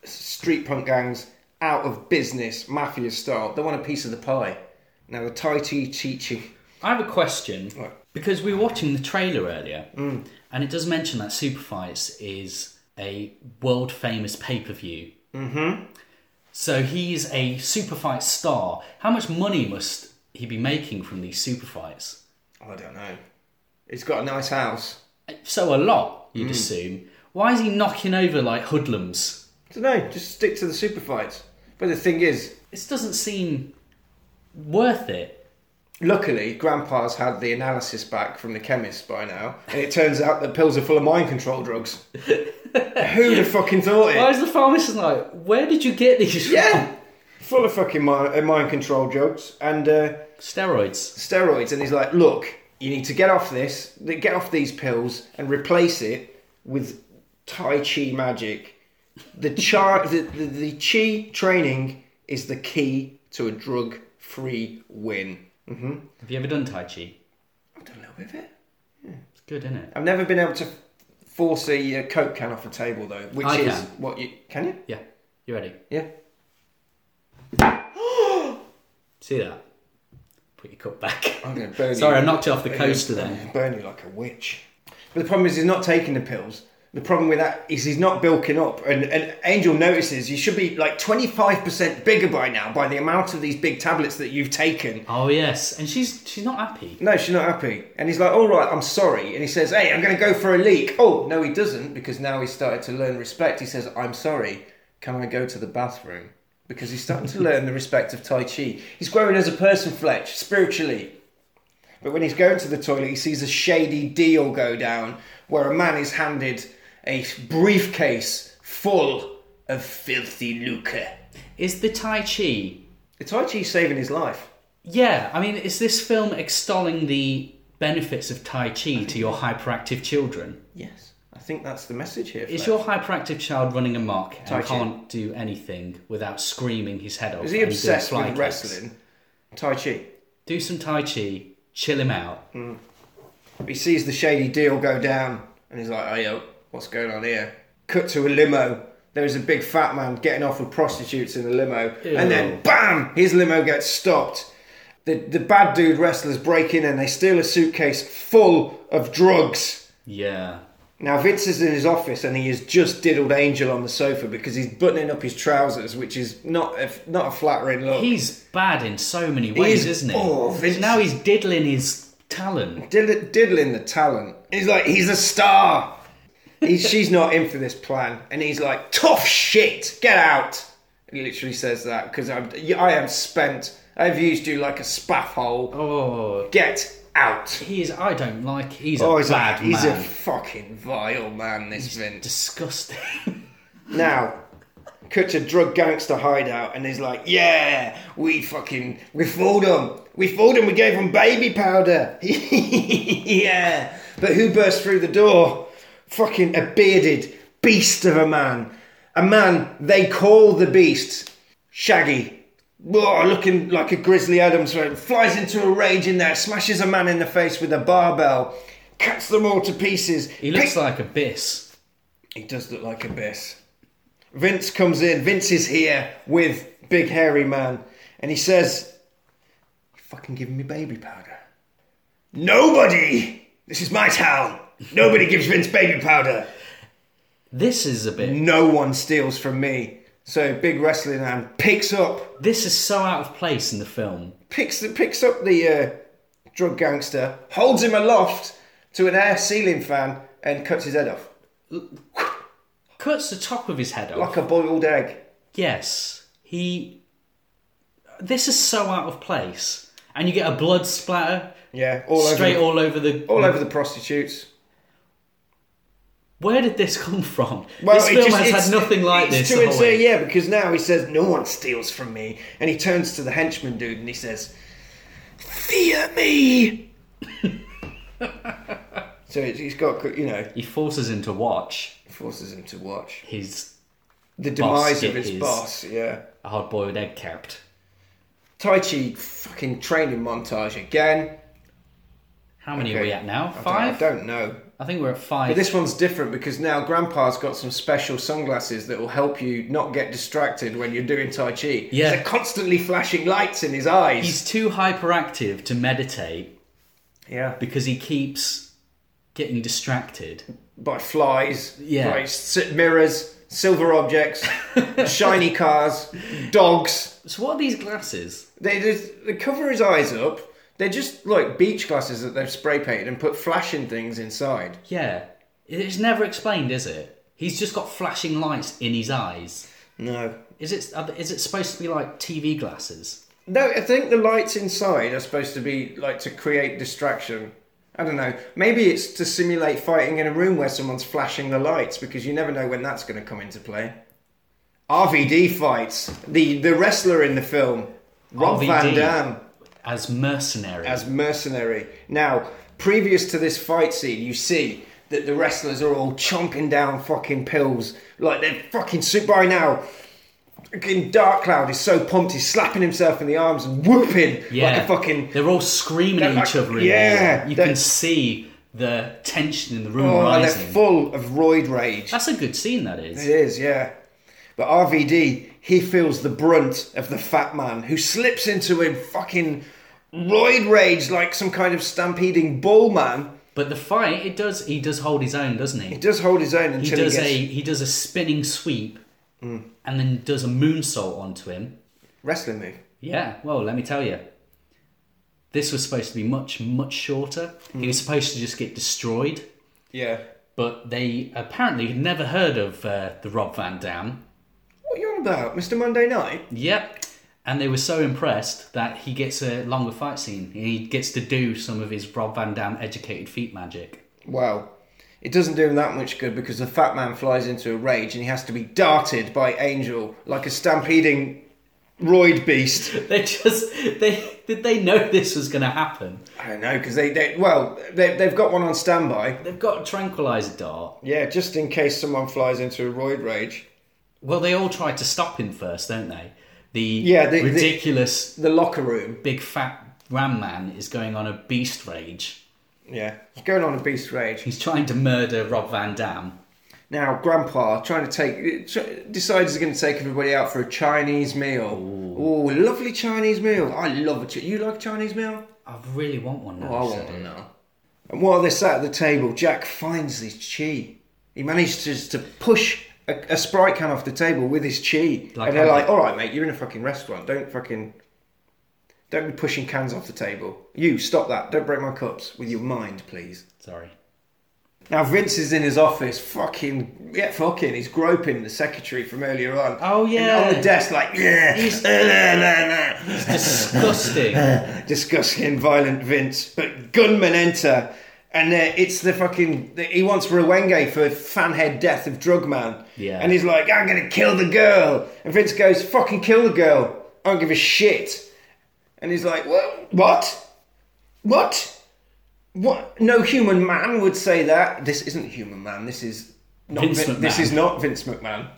Speaker 4: street punk gangs out of business, mafia style. They want a piece of the pie. Now the Tai Chi Chi Chi.
Speaker 5: I have a question because we were watching the trailer earlier, and it does mention that Superfights is a world famous pay per view. Mm-hmm. So he's a Superfight star. How much money must he be making from these Superfights?
Speaker 4: I don't know. He's got a nice house.
Speaker 5: So a lot, you'd assume. Why is he knocking over like hoodlums?
Speaker 4: I don't know. Just stick to the super fights. But the thing is,
Speaker 5: This doesn't seem worth it.
Speaker 4: luckily, Grandpa's had the analysis back from the chemist by now, and it turns out that pills are full of mind control drugs. Who'd have fucking thought it?
Speaker 5: Why is the pharmacist like, where did you get these from?"
Speaker 4: Yeah, full of fucking mind, uh, mind control drugs and uh,
Speaker 5: Steroids.
Speaker 4: steroids. And he's like, look, you need to get off this, get off these pills, and replace it with Tai Chi magic. The, chi, the, the, the Chi training is the key to a drug free win. Mm-hmm.
Speaker 5: Have you ever done Tai Chi?
Speaker 4: I've done a little bit of it.
Speaker 5: It's good, isn't it?
Speaker 4: I've never been able to force a uh, Coke can off a table, though, which
Speaker 5: I
Speaker 4: is
Speaker 5: can.
Speaker 4: what you. Can you?
Speaker 5: Yeah. You ready?
Speaker 4: Yeah.
Speaker 5: See that? Put your cup back.
Speaker 4: (laughs) I'm going to burn
Speaker 5: Sorry,
Speaker 4: you.
Speaker 5: I knocked you off the coaster then.
Speaker 4: Burn you like a witch. But the problem is he's not taking the pills. The problem with that is he's not bulking up. And, and Angel notices you should be like 25% bigger by now by the amount of these big tablets that you've taken.
Speaker 5: Oh yes, and she's she's not happy.
Speaker 4: No, she's not happy. And he's like, all right, I'm sorry. And he says, hey, I'm going to go for a leak. Oh, no, he doesn't because now he's started to learn respect. He says, I'm sorry. Can I go to the bathroom? Because he's starting to learn the respect of Tai Chi. He's growing as a person, Fletch, spiritually. But when he's going to the toilet, he sees a shady deal go down where a man is handed a briefcase full of filthy lucre.
Speaker 5: Is the Tai Chi?
Speaker 4: The Tai Chi's saving his life.
Speaker 5: Yeah, I mean, is this film extolling the benefits of Tai Chi to your hyperactive children?
Speaker 4: Yes. I think that's the message here.
Speaker 5: Is
Speaker 4: Fletch.
Speaker 5: your hyperactive child running amok and
Speaker 4: Tai Chi.
Speaker 5: can't do anything without screaming his head off?
Speaker 4: Is he
Speaker 5: and doing
Speaker 4: obsessed
Speaker 5: fly
Speaker 4: with
Speaker 5: kicks?
Speaker 4: wrestling? Tai Chi.
Speaker 5: Do some Tai Chi, chill him out.
Speaker 4: Mm. He sees the shady deal go down and he's like, hey, yo, what's going on here? Cut to a limo. There is a big fat man getting off with prostitutes in the limo. And then,
Speaker 5: Ew.
Speaker 4: bam, his limo gets stopped. The, the bad dude wrestlers break in and they steal a suitcase full of drugs.
Speaker 5: Yeah.
Speaker 4: Now, Vince is in his office and he has just diddled Angel on the sofa because he's buttoning up his trousers, which is not a, not a flattering look.
Speaker 5: He's bad in so many ways,
Speaker 4: is-
Speaker 5: is, not he?
Speaker 4: oh, Vince.
Speaker 5: Now he's diddling his talon.
Speaker 4: didd- diddling the talent. He's like, he's a star.
Speaker 5: (laughs)
Speaker 4: He's, she's not in for this plan, and he's like, tough shit, get out. He literally says that because I'm, I am spent. I've used you like a spaff hole.
Speaker 5: Oh,
Speaker 4: Get out.
Speaker 5: he is. I don't like. He's
Speaker 4: Oh,
Speaker 5: a
Speaker 4: he's,
Speaker 5: bad
Speaker 4: a, he's a
Speaker 5: man.
Speaker 4: fucking vile man. This Vince.
Speaker 5: Disgusting. (laughs)
Speaker 4: Now, cut to drug gangster hideout, and he's like, "Yeah, we fucking we fooled them. We fooled them. We gave them baby powder. (laughs) yeah." But who burst through the door? Fucking a bearded beast of a man, a man they call the beast, Shaggy. Whoa, looking like a Grizzly Adams, right? flies into a rage in there, smashes a man in the face with a barbell, cuts them all to pieces.
Speaker 5: He looks like Abyss.
Speaker 4: He does look like Abyss. Vince comes in. Vince is here with Big Hairy Man. And he says, You fucking giving me baby powder? Nobody! This is my town. Nobody gives Vince baby powder.
Speaker 5: This is a bit.
Speaker 4: No one steals from me. So Big Wrestling Man picks up,
Speaker 5: This is so out of place in the film.
Speaker 4: picks, picks up the uh, drug gangster, holds him aloft to an air ceiling fan, and cuts his head off
Speaker 5: Cuts the top of his head off.
Speaker 4: like a boiled egg.
Speaker 5: Yes, he. this is so out of place, and you get a blood splatter
Speaker 4: Yeah, all
Speaker 5: straight
Speaker 4: over,
Speaker 5: all over the
Speaker 4: all over the prostitutes.
Speaker 5: Where did this come from? this
Speaker 4: it
Speaker 5: film
Speaker 4: just-
Speaker 5: has
Speaker 4: it's-
Speaker 5: had nothing like
Speaker 4: it's
Speaker 5: this.
Speaker 4: too
Speaker 5: the whole
Speaker 4: insane,
Speaker 5: way.
Speaker 4: yeah, because now he says, "No one steals from me," and he turns to the henchman dude and he says, "Fear
Speaker 5: (laughs)
Speaker 4: me." so it's, he's got, you know,
Speaker 5: He forces him to watch
Speaker 4: forces him to watch
Speaker 5: his
Speaker 4: the
Speaker 5: Boss
Speaker 4: demise of
Speaker 5: get
Speaker 4: his
Speaker 5: his-
Speaker 4: boss. Yeah,
Speaker 5: hard-boiled egg kept.
Speaker 4: Tai Chi fucking training montage again.
Speaker 5: How many
Speaker 4: Okay.
Speaker 5: are we at now?
Speaker 4: I don't-
Speaker 5: Five.
Speaker 4: I don't know.
Speaker 5: I think we're at five.
Speaker 4: But this one's different because now Grandpa's got some special sunglasses that will help you not get distracted when you're doing Tai Chi.
Speaker 5: Yeah.
Speaker 4: There's constantly flashing lights in his eyes.
Speaker 5: He's too hyperactive to meditate
Speaker 4: yeah.
Speaker 5: because he keeps getting distracted.
Speaker 4: By flies,
Speaker 5: Yeah.
Speaker 4: by s- mirrors, silver
Speaker 5: (laughs)
Speaker 4: objects, shiny cars, dogs.
Speaker 5: So what are these glasses?
Speaker 4: They, just- they cover his eyes up. They're just like beach glasses that they've spray painted and put flashing things inside.
Speaker 5: Yeah, it's never explained, is it? He's just got flashing lights in his eyes.
Speaker 4: No.
Speaker 5: Is it are- is it supposed to be like TV glasses?
Speaker 4: No, I think the lights inside are supposed to be like to create distraction. I don't know. Maybe it's to simulate fighting in a room where someone's flashing the lights because you never know when that's going to come into play. RVD fights the the wrestler in the film, Rob Van
Speaker 5: RVD.
Speaker 4: Dam
Speaker 5: As mercenary.
Speaker 4: as mercenary. Now, previous to this fight scene, you see that the wrestlers are all chomping down fucking pills like they're fucking super by now. Fucking Dark Cloud is so pumped, he's slapping himself in the arms and whooping like a fucking.
Speaker 5: They're all screaming at
Speaker 4: They're
Speaker 5: each
Speaker 4: like-
Speaker 5: other. In
Speaker 4: yeah,
Speaker 5: there. you
Speaker 4: they're-
Speaker 5: can see the tension in the room
Speaker 4: Oh, and
Speaker 5: rising.
Speaker 4: they're full of roid rage.
Speaker 5: That's a good scene. That is.
Speaker 4: It is, yeah. But RVD, he feels the brunt of the fat man who slips into him fucking roid rage like some kind of stampeding bull man.
Speaker 5: But the fight, it does. He does hold his own, doesn't he?
Speaker 4: He does hold his own
Speaker 5: He
Speaker 4: until he,
Speaker 5: does
Speaker 4: gets
Speaker 5: a he does a spinning sweep, and then does a moonsault onto him.
Speaker 4: wrestling move.
Speaker 5: Yeah, well, let me tell you. This was supposed to be much, much shorter. He was supposed to just get destroyed,
Speaker 4: Yeah.
Speaker 5: but they apparently had never heard of uh, the Rob Van Dam.
Speaker 4: What are you on about, Mr. Monday Night?
Speaker 5: Yep. And they were so impressed that he gets a longer fight scene. and He gets to do some of his Rob Van Dam educated feet magic. (laughs)
Speaker 4: Well, it doesn't do him that much good because the fat man flies into a rage and he has to be darted by Angel like a stampeding roid beast.
Speaker 5: They just they did they know this was going to happen.
Speaker 4: I don't know because they, they well they, they've got one on standby.
Speaker 5: They've got a tranquilizer dart.
Speaker 4: Yeah, just in case someone flies into a roid rage.
Speaker 5: Well, they all tried to stop him first, don't they? The
Speaker 4: Yeah, they- they-
Speaker 5: ridiculous
Speaker 4: The locker room.
Speaker 5: big fat ram man is going on a beast rage.
Speaker 4: Yeah, it's going on a beast rage.
Speaker 5: He's trying to murder Rob Van Dam.
Speaker 4: Now, Grandpa trying to take tr- decides he's going to take everybody out for a Chinese meal. Oh, lovely Chinese meal! I love a Chi- you like Chinese meal?
Speaker 5: I really want one now.
Speaker 4: Oh, I
Speaker 5: so-
Speaker 4: want one now. And while they're sat at the table, Jack finds his chi. He manages to, to push a, a sprite can off the table with his chi,
Speaker 5: Like
Speaker 4: and they're
Speaker 5: Andy.
Speaker 4: like, "All right, mate, you're in a fucking restaurant. Don't fucking, don't be pushing cans off the table. You stop that. Don't break my cups with your mind, please."
Speaker 5: Sorry.
Speaker 4: Now Vince is in his office, fucking yeah, fucking. He's groping the secretary from earlier on.
Speaker 5: Oh, yeah.
Speaker 4: and on the desk, like yeah,
Speaker 5: He's- (laughs)
Speaker 4: uh, la, la, la. (laughs)
Speaker 5: Disgusting.
Speaker 4: disgusting, violent Vince. But gunmen enter, and uh, it's the fucking. He wants Rwenge for fanhead death of Drugman.
Speaker 5: Yeah.
Speaker 4: and he's like, I'm gonna kill the girl, and Vince goes, fucking kill the girl. I don't give a shit. And he's like, what? What? What? What? No human man would say that. This isn't human man. This is not.
Speaker 5: Vince
Speaker 4: Vin- this
Speaker 5: McMahon.
Speaker 4: is not Vince McMahon.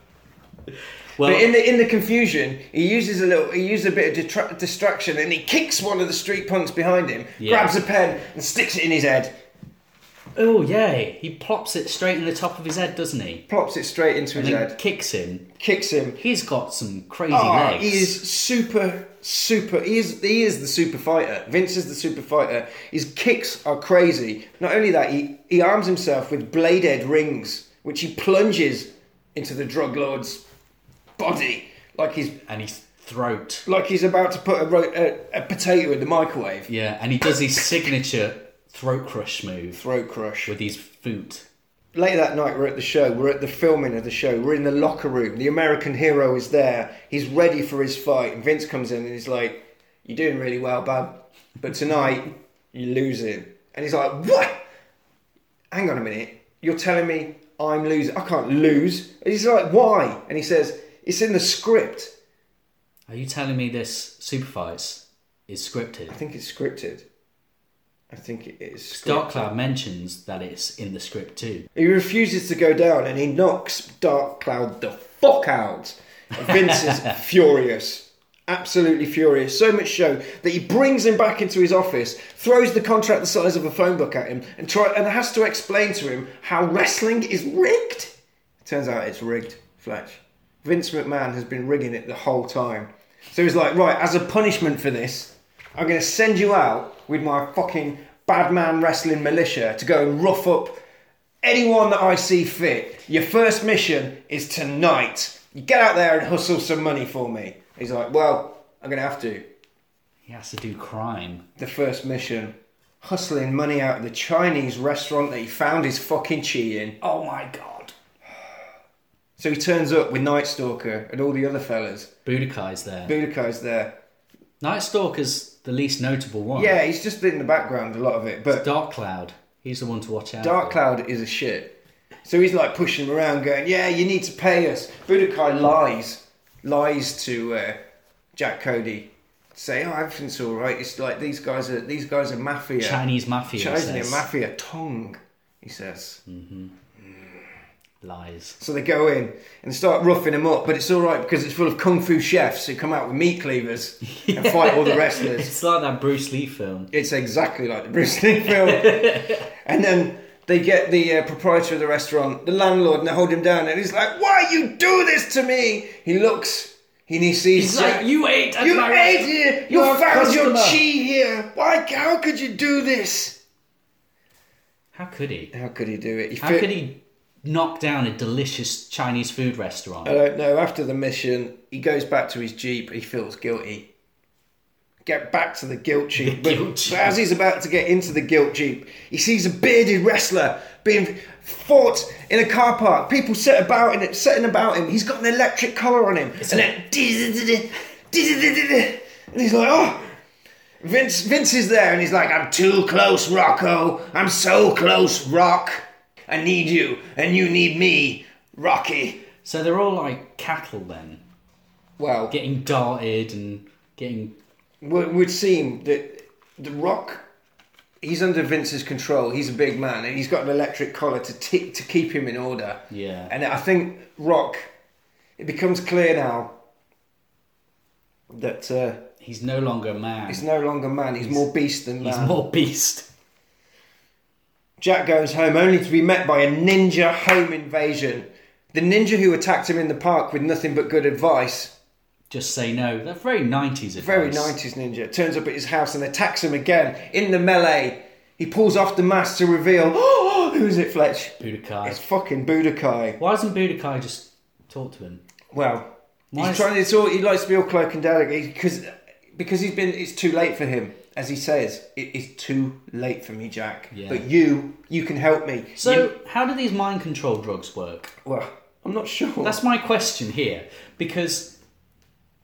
Speaker 5: Well,
Speaker 4: But in the in the confusion, he uses a little, he uses a bit of detra- distraction, and he kicks one of the street punks behind him,
Speaker 5: Yeah.
Speaker 4: grabs a pen, and sticks it in his head.
Speaker 5: oh yay! He plops it straight in the top of his head, doesn't he?
Speaker 4: Plops it straight into his
Speaker 5: And then
Speaker 4: head,
Speaker 5: kicks him.
Speaker 4: kicks him.
Speaker 5: He's got some crazy
Speaker 4: Ah,
Speaker 5: legs.
Speaker 4: he is super, super. He is he is the super fighter. Vince is the super fighter. His kicks are crazy. Not only that, he he arms himself with bladed rings, which he plunges into the drug lord's body like he's
Speaker 5: and his throat.
Speaker 4: like he's about to put a, ro- a, a potato in the microwave.
Speaker 5: Yeah, and he does his signature throat crush move
Speaker 4: Throat crush.
Speaker 5: with his foot.
Speaker 4: Later that night, we're at the show. We're at the filming of the show. We're in the locker room. The American hero is there. He's ready for his fight. And Vince comes in and he's like, "You're doing really well, bub, but tonight you're losing." And he's like, "What? Hang on a minute. You're telling me I'm losing? I can't lose." And he's like, "Why?" And he says, "It's in the script.
Speaker 5: Are you telling me this super fights is scripted?
Speaker 4: I think it's scripted. I think it is." Scripted.
Speaker 5: Dark Cloud mentions that it's in the script too.
Speaker 4: He refuses to go down and he knocks Dark Cloud the fuck out. And Vince is furious. Absolutely furious. So much so that he brings him back into his office, throws the contract the size of a phone book at him, and try and has to explain to him how wrestling is rigged. Turns out it's rigged, Fletch. Vince McMahon has been rigging it the whole time. So he's like, right, as a punishment for this, I'm going to send you out with my fucking bad man wrestling militia to go and rough up anyone that I see fit. Your first mission is tonight. You get out there and hustle some money for me. He's like, well, I'm going to have to.
Speaker 5: He has to do crime.
Speaker 4: The first mission. Hustling money out of the Chinese restaurant that he found his fucking chi in.
Speaker 5: Oh my god.
Speaker 4: So he turns up with Night Stalker and all the other fellas.
Speaker 5: Budokai's there.
Speaker 4: Budokai's there.
Speaker 5: Night Stalker's the least notable one.
Speaker 4: Yeah, he's just in the background a lot of it, but
Speaker 5: Dark Cloud. He's the one to watch out.
Speaker 4: Dark
Speaker 5: for.
Speaker 4: Cloud is a shit. So he's like pushing him around, going, "Yeah, you need to pay us." Budokai lies, lies to uh, Jack Cody, say, "Oh, everything's all right." It's like these guys are these guys are mafia,
Speaker 5: Chinese mafia. he
Speaker 4: Chinese
Speaker 5: says.
Speaker 4: mafia, Tong, he says. (laughs)
Speaker 5: Lies.
Speaker 4: So they go in and start roughing him up, but it's all right because it's full of kung fu chefs who come out with meat cleavers and fight all the wrestlers.
Speaker 5: It's like that Bruce Lee film.
Speaker 4: It's exactly like the Bruce Lee
Speaker 5: (laughs)
Speaker 4: film. and then they get the uh, proprietor of the restaurant, the landlord, and they hold him down. And he's like, "Why you do this to me?" He looks and he sees.
Speaker 5: He's
Speaker 4: Jack-
Speaker 5: like, you ate at
Speaker 4: you
Speaker 5: my
Speaker 4: made
Speaker 5: restaurant.
Speaker 4: here. You
Speaker 5: You're a
Speaker 4: found your
Speaker 5: customer."
Speaker 4: chi here. Why? How could you do this?
Speaker 5: How could he?
Speaker 4: How could he do it? He
Speaker 5: How
Speaker 4: fit-
Speaker 5: could he knock down a delicious Chinese food restaurant?
Speaker 4: I don't know. After the mission, he goes back to his jeep. He feels guilty. Get back to the guilt jeep. But,
Speaker 5: guilt jeep.
Speaker 4: but as he's about to get into the guilt jeep, he sees a bearded wrestler being fought in a car park. People set about in it, setting about him. He's got an electric collar on him, and then and he's like, oh. Vince, Vince is there, and he's like, I'm too close, Rocco. I'm so close, Rock. I need you, and you need me, Rocky.
Speaker 5: So they're all like cattle then,
Speaker 4: Well,
Speaker 5: getting darted and getting.
Speaker 4: would, would seem that the Rock, he's under Vince's control. He's a big man, and he's got an electric collar to tick to keep him in order.
Speaker 5: Yeah.
Speaker 4: And I think Rock, it becomes clear now that uh,
Speaker 5: He's no longer a man.
Speaker 4: he's no longer man. He's, more beast than man.
Speaker 5: He's more beast.
Speaker 4: Jack goes home only to be met by a ninja home invasion. The ninja who attacked him in the park with nothing but good advice
Speaker 5: Just say no. They're very 90s advice.
Speaker 4: Very 90s ninja turns up at his house and attacks him again in the melee. He pulls off the mask to reveal (gasps) who's it, Fletch? It's
Speaker 5: Budokai.
Speaker 4: fucking Budokai.
Speaker 5: Why doesn't Budokai just talk to him?
Speaker 4: Well,
Speaker 5: Why
Speaker 4: he's
Speaker 5: is-
Speaker 4: trying. It's all he likes to be all cloak and dagger because because he's been. It's too late for him, as he says. It is too late for me, Jack.
Speaker 5: Yeah.
Speaker 4: But you, you can help me.
Speaker 5: So,
Speaker 4: You-
Speaker 5: how do these mind control drugs work?
Speaker 4: well, I'm not sure.
Speaker 5: That's my question here. Because,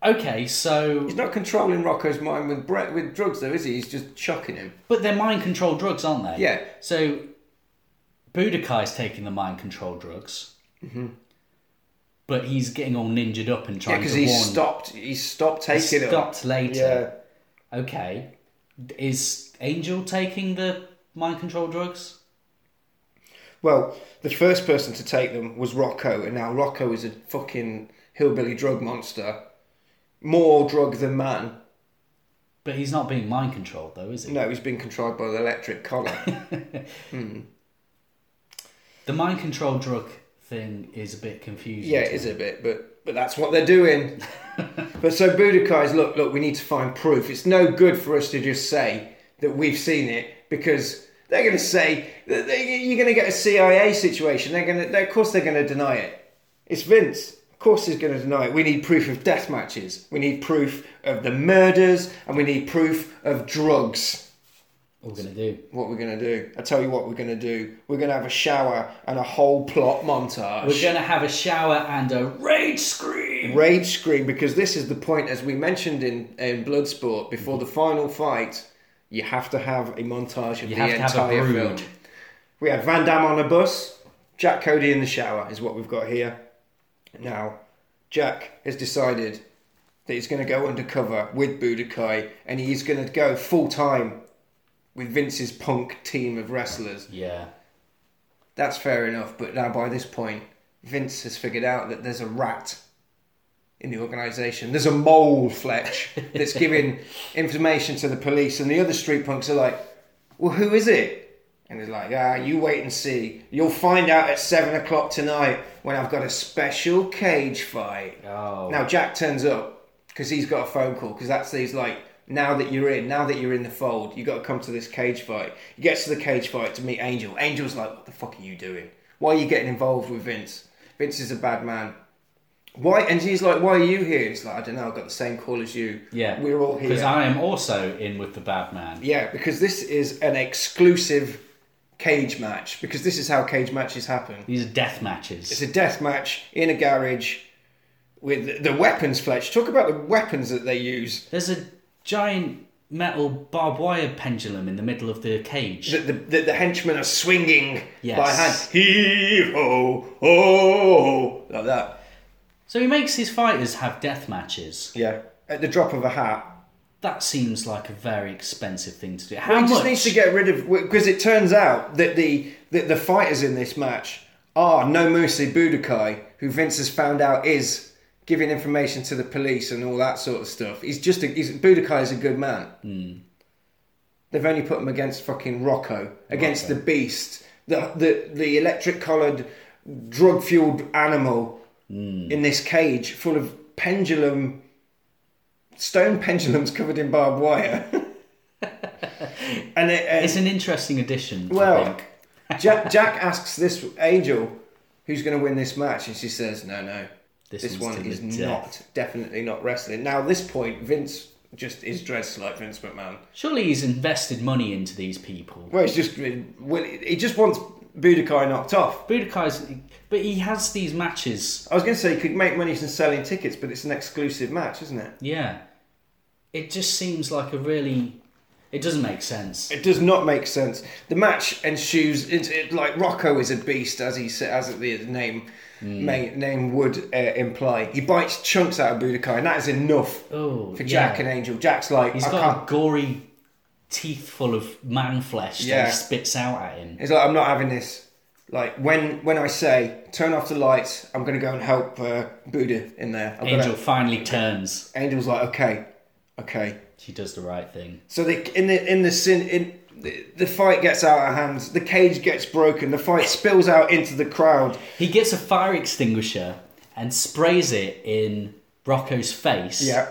Speaker 5: okay, so.
Speaker 4: He's not controlling Rocco's mind with bre- with drugs, though, is he? He's just chucking him.
Speaker 5: But they're mind control drugs, aren't they?
Speaker 4: Yeah.
Speaker 5: So, Budokai's taking the mind control drugs. But he's getting all ninjaed up and
Speaker 4: Mm-hmm. Yeah,
Speaker 5: trying
Speaker 4: because
Speaker 5: to
Speaker 4: he's
Speaker 5: warn.
Speaker 4: stopped. He's stopped taking it.
Speaker 5: stopped
Speaker 4: Yeah.
Speaker 5: later. Okay. Is Angel taking the mind control drugs?
Speaker 4: Well, the first person to take them was Rocco, and now Rocco is a fucking hillbilly drug monster. More drug than man.
Speaker 5: But he's not being mind controlled, though, is he?
Speaker 4: No, he's been controlled by the electric collar.
Speaker 5: The mind control drug thing is a bit confusing.
Speaker 4: yeah,
Speaker 5: to
Speaker 4: it is
Speaker 5: me.
Speaker 4: a bit, but but that's what they're
Speaker 5: (laughs)
Speaker 4: doing. but so Budokai's look, look, we need to find proof. It's no good for us to just say that we've seen it because they're going to say that they, you're going to get a CIA situation. They're going to, they, of course, they're going to deny it. It's Vince. Of course, he's going to deny it. We need proof of death matches. We need proof of the murders, and we need proof of drugs.
Speaker 5: What we're gonna do?
Speaker 4: What we're gonna do? I tell you what we're gonna do. We're gonna have a shower and a whole plot montage.
Speaker 5: We're gonna have a shower and a rage scream.
Speaker 4: rage scream because this is the point, as we mentioned in in Bloodsport,
Speaker 5: Mm-hmm.
Speaker 4: before the final fight, you have to have a montage of
Speaker 5: You
Speaker 4: the
Speaker 5: have to have a
Speaker 4: entire film.
Speaker 5: brood.
Speaker 4: We had Van Damme on a bus, Jack Cody in the shower is what we've got here. Now, Jack has decided that he's going to go undercover with Budokai and he's going to go full time with Vince's punk team of wrestlers.
Speaker 5: Yeah.
Speaker 4: That's fair enough, but now by this point, Vince has figured out that there's a rat in the organisation. There's a mole, Fletch, that's giving information to the police, and the other street punks are like, "Well, who is it?" And he's like, "Ah, you wait and see. You'll find out at seven o'clock tonight when I've got a special cage fight."
Speaker 5: Oh.
Speaker 4: Now Jack turns up because he's got a phone call because that's he's like. Now that you're in, now that you're in the fold, you got to come to this cage fight. He gets to the cage fight to meet Angel. Angel's like, "What the fuck are you doing? Why are you getting involved with Vince? Vince is a bad man. Why? And he's like, "Why are you here?" He's like, "I don't know. I've got the same call as you.
Speaker 5: Yeah.
Speaker 4: we're all
Speaker 5: Because
Speaker 4: here.
Speaker 5: I am also in with the bad man.
Speaker 4: yeah, because this is an exclusive cage match. Because this is how cage matches happen.
Speaker 5: These are death matches.
Speaker 4: It's a death match in a garage with the weapons. Fletch, talk about the weapons that they use.
Speaker 5: There's a giant metal barbed wire pendulum in the middle of the cage.
Speaker 4: That the, that the henchmen are swinging
Speaker 5: Yes.
Speaker 4: by hand. Hee ho ho like that.
Speaker 5: so he makes his fighters have death matches.
Speaker 4: Yeah, at the drop of a hat.
Speaker 5: That seems like a very expensive thing to do. How
Speaker 4: he
Speaker 5: much?
Speaker 4: just needs to get rid of because it turns out that the that the fighters in this match are No Mercy Budokai, who Vince has found out is giving information to the police and all that sort of stuff. He's just a, he's, Budokai is a good man.
Speaker 5: Hmm.
Speaker 4: They've only put him against fucking Rocco, against the Beast, the the the electric collared, drug fueled animal in this cage full of pendulum. Stone (laughs) pendulums covered in barbed wire, and it, and-
Speaker 5: It's an interesting addition. I
Speaker 4: well,
Speaker 5: think.
Speaker 4: Jack, Jack asks this angel who's going to win this match, and she says, "No, no,
Speaker 5: This
Speaker 4: this,
Speaker 5: one's
Speaker 4: one
Speaker 5: to
Speaker 4: is
Speaker 5: the
Speaker 4: not definitely not wrestling." Now, at this point, Vince just is dressed like Vince McMahon.
Speaker 5: surely he's invested money into these people.
Speaker 4: Well, he's just well, he just wants Budokai knocked off.
Speaker 5: Budokai's, but he has these matches.
Speaker 4: I was going to say he could make money from selling tickets, but it's an exclusive match, isn't it?
Speaker 5: Yeah, it just seems like a really. It doesn't make sense.
Speaker 4: It does not make sense. The match ensues. It's it, like Rocco is a beast, as he sa- as the name
Speaker 5: Hmm.
Speaker 4: may, name would uh, imply. He bites chunks out of Budokai, and that is enough
Speaker 5: Oh,
Speaker 4: for Jack
Speaker 5: yeah.
Speaker 4: and Angel. Jack's like,
Speaker 5: He's
Speaker 4: I
Speaker 5: got
Speaker 4: can't.
Speaker 5: gory teeth full of man flesh that
Speaker 4: Yeah.
Speaker 5: he spits out at him.
Speaker 4: He's like, I'm not having this. Like when when I say turn off the lights, I'm gonna go and help uh, Buddha in there. I'm
Speaker 5: Angel
Speaker 4: Gonna,
Speaker 5: finally turns.
Speaker 4: Angel's like, okay, okay.
Speaker 5: She does the right thing.
Speaker 4: So they in the in the sin in the, the fight gets out of hand. The cage gets broken. The fight spills out into the crowd.
Speaker 5: He gets a fire extinguisher and sprays it in Rocco's face.
Speaker 4: Yeah.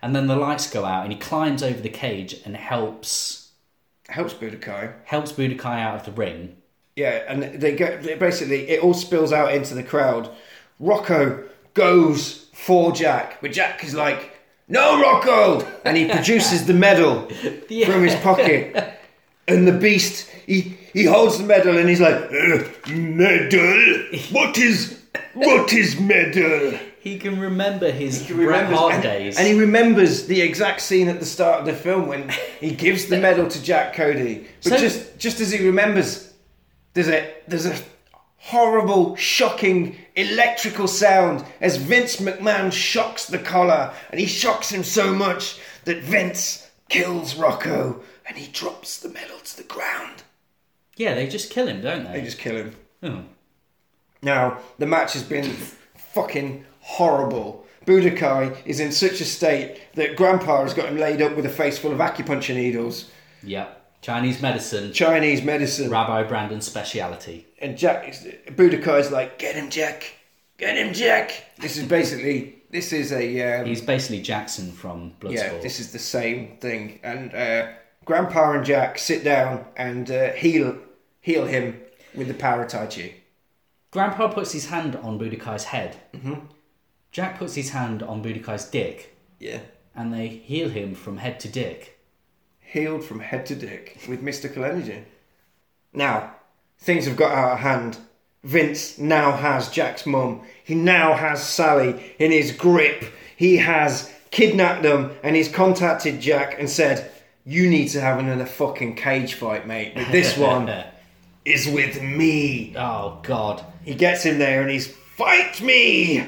Speaker 5: And then the lights go out and he climbs over the cage and helps
Speaker 4: helps Budokai.
Speaker 5: helps Budokai out of the ring.
Speaker 4: Yeah, and they go they basically it all spills out into the crowd. Rocco goes for Jack, but Jack is like, "No, Rocco!" and he produces the medal from his pocket. And the beast, he he holds the medal and he's like, "Uh, "Medal? What is what is medal?"
Speaker 5: He can remember his
Speaker 4: He
Speaker 5: Bret
Speaker 4: remembers-
Speaker 5: Hart
Speaker 4: and,
Speaker 5: days.
Speaker 4: and he remembers the exact scene at the start of the film when he gives
Speaker 5: (laughs)
Speaker 4: the medal to Jack Cody. But
Speaker 5: So-
Speaker 4: just just as he remembers, there's a there's a horrible, shocking electrical sound as Vince McMahon shocks the collar, and he shocks him so much that Vince kills Rocco and he drops the medal to the ground.
Speaker 5: yeah, they just kill him, don't they?
Speaker 4: They just kill him.
Speaker 5: Oh.
Speaker 4: Now, the match has been fucking horrible. Budokai is in such a state that Grandpa has got him laid up with a face full of acupuncture needles,
Speaker 5: Yep. Chinese medicine.
Speaker 4: Chinese medicine,
Speaker 5: Rabbi Brandon's speciality.
Speaker 4: and Jack. Is, Budokai's like, "Get him, Jack! Get him, Jack!" This is basically this is a um,
Speaker 5: He's basically Jackson from Bloodsport.
Speaker 4: yeah. This is the same thing. And uh, Grandpa and Jack sit down and uh, heal heal him with the power of Tai Chi.
Speaker 5: Grandpa puts his hand on Budokai's head.
Speaker 4: Mm-hmm.
Speaker 5: Jack puts his hand on Budokai's dick,
Speaker 4: Yeah.
Speaker 5: and they heal him from head to dick.
Speaker 4: healed from head to dick with mystical energy. Now, things have got out of hand. Vince now has Jack's mum. He now has Sally in his grip. He has kidnapped them and he's contacted Jack and said, You need to have another fucking cage fight, mate. But
Speaker 5: (laughs)
Speaker 4: this one is with me.
Speaker 5: oh God!
Speaker 4: He gets in there and he's, Fight me!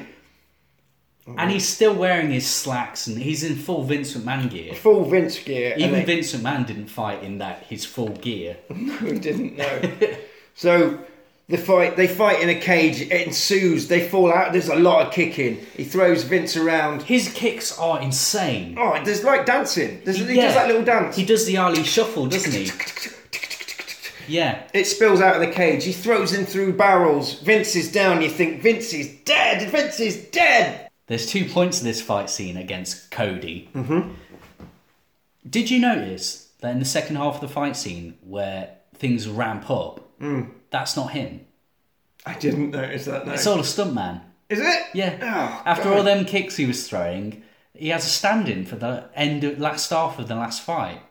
Speaker 5: And he's still wearing his slacks, and he's in full Vincent Man gear.
Speaker 4: Full Vince gear. and
Speaker 5: Even
Speaker 4: they-
Speaker 5: Vincent Man didn't fight in that his full gear.
Speaker 4: who didn't know. (laughs) so the fight, they fight in a cage. It ensues. They fall out. There's a lot of kicking. He throws Vince around.
Speaker 5: His kicks are insane.
Speaker 4: Oh, there's like dancing. There's, he does that little dance.
Speaker 5: He does the Ali shuffle, doesn't he? Yeah.
Speaker 4: It spills out of the cage. He throws him through barrels. Vince is down. You think Vince is dead. Vince is dead.
Speaker 5: There's two points to this fight scene against Cody. Mm-hmm. Did you notice that in the second half of the fight scene where things ramp up,
Speaker 4: Mm.
Speaker 5: that's not him.
Speaker 4: I didn't notice that. No.
Speaker 5: It's all a stuntman.
Speaker 4: is it?
Speaker 5: Yeah.
Speaker 4: Oh,
Speaker 5: After
Speaker 4: God.
Speaker 5: all them kicks he was throwing, he has a stand-in for the end of, last half of the last fight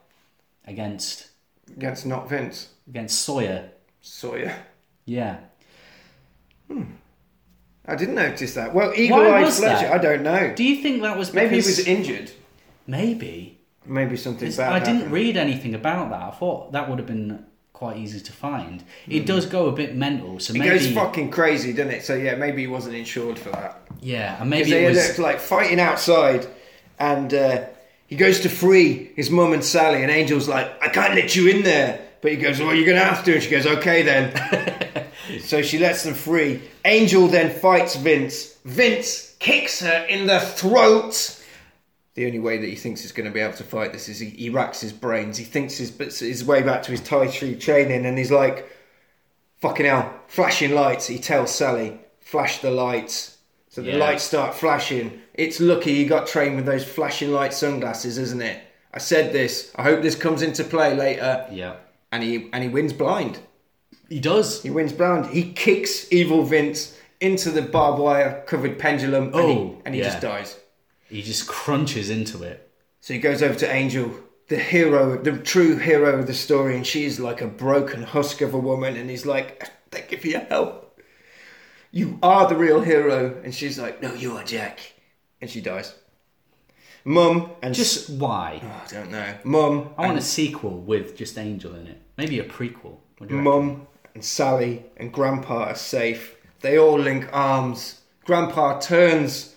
Speaker 5: against
Speaker 4: That's not Vince.
Speaker 5: against Sawyer.
Speaker 4: Sawyer.
Speaker 5: Yeah.
Speaker 4: I didn't notice that. Well, eagle-eyed
Speaker 5: was
Speaker 4: Fletcher.
Speaker 5: that?
Speaker 4: I don't know.
Speaker 5: Do you think that was
Speaker 4: Maybe he
Speaker 5: because-
Speaker 4: was injured.
Speaker 5: maybe
Speaker 4: Maybe something
Speaker 5: It's-
Speaker 4: bad.
Speaker 5: I didn't
Speaker 4: happened.
Speaker 5: read anything about that. I thought that would have been quite easy to find. It does go a bit mental, so
Speaker 4: Hmm. It
Speaker 5: maybe
Speaker 4: goes fucking crazy, doesn't it? So yeah, maybe he wasn't insured for that.
Speaker 5: yeah, and
Speaker 4: Because
Speaker 5: maybe
Speaker 4: they
Speaker 5: it
Speaker 4: end
Speaker 5: was
Speaker 4: up like fighting outside, and uh, he goes to free his mum and Sally, and Angel's like, "I can't let you in there," but he goes, "Well, you're gonna have to," and she goes, "Okay
Speaker 5: (laughs)
Speaker 4: then." so she lets them free. Angel then fights Vince. Vince kicks her in the throat. The only way that he thinks he's going to be able to fight this is he, he racks his brains. He thinks his his way back to his Tai Chi training, and he's like, "Fucking hell!" Flashing lights. He tells Sally, "Flash the lights." So the
Speaker 5: Yeah.
Speaker 4: lights start flashing. It's lucky he got trained with those flashing light sunglasses, isn't it? I said this. I hope this comes into play later.
Speaker 5: yeah.
Speaker 4: And he and he wins blind.
Speaker 5: He does.
Speaker 4: He wins blind. He kicks evil Vince into the barbed wire covered pendulum, and he,
Speaker 5: Oh,
Speaker 4: and he
Speaker 5: yeah.
Speaker 4: just dies.
Speaker 5: He just crunches into it.
Speaker 4: So he goes over to Angel, the hero, the true hero of the story, and she's like a broken husk of a woman, and he's like, Thank you for your help. You are the real hero. And she's like, No, you are Jack. And she dies. Mum and oh,
Speaker 5: Just why?
Speaker 4: I don't know. Mum
Speaker 5: I want a sequel with just Angel in it. Maybe a prequel. What do you reckon?
Speaker 4: Mum and Sally and Grandpa are safe. They all link arms. Grandpa turns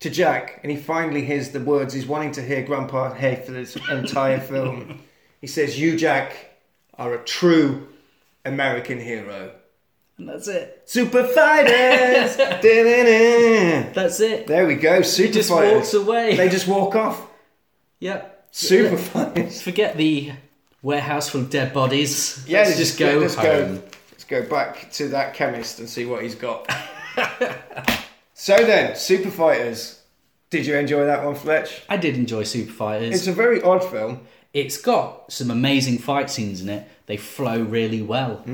Speaker 4: to Jack and he finally hears the words he's wanting to hear Grandpa hear for this
Speaker 5: (laughs)
Speaker 4: entire film. He says, You, Jack, are a true American hero.
Speaker 5: And that's it.
Speaker 4: Super
Speaker 5: (laughs)
Speaker 4: fighters! Da-da-da.
Speaker 5: That's it.
Speaker 4: there we go, super
Speaker 5: just
Speaker 4: fighters.
Speaker 5: walks away.
Speaker 4: They just walk off.
Speaker 5: Yep.
Speaker 4: Super fighters.
Speaker 5: Forget the warehouse full of dead bodies.
Speaker 4: Yeah,
Speaker 5: let's
Speaker 4: they
Speaker 5: just go
Speaker 4: let's
Speaker 5: home.
Speaker 4: Go, let's go back to that chemist and see what he's got. (laughs) so then, Super Fighters. Did you enjoy that one, Fletch?
Speaker 5: I did enjoy Super Fighters.
Speaker 4: It's a very odd film.
Speaker 5: it's got some amazing fight scenes in it. They flow really well.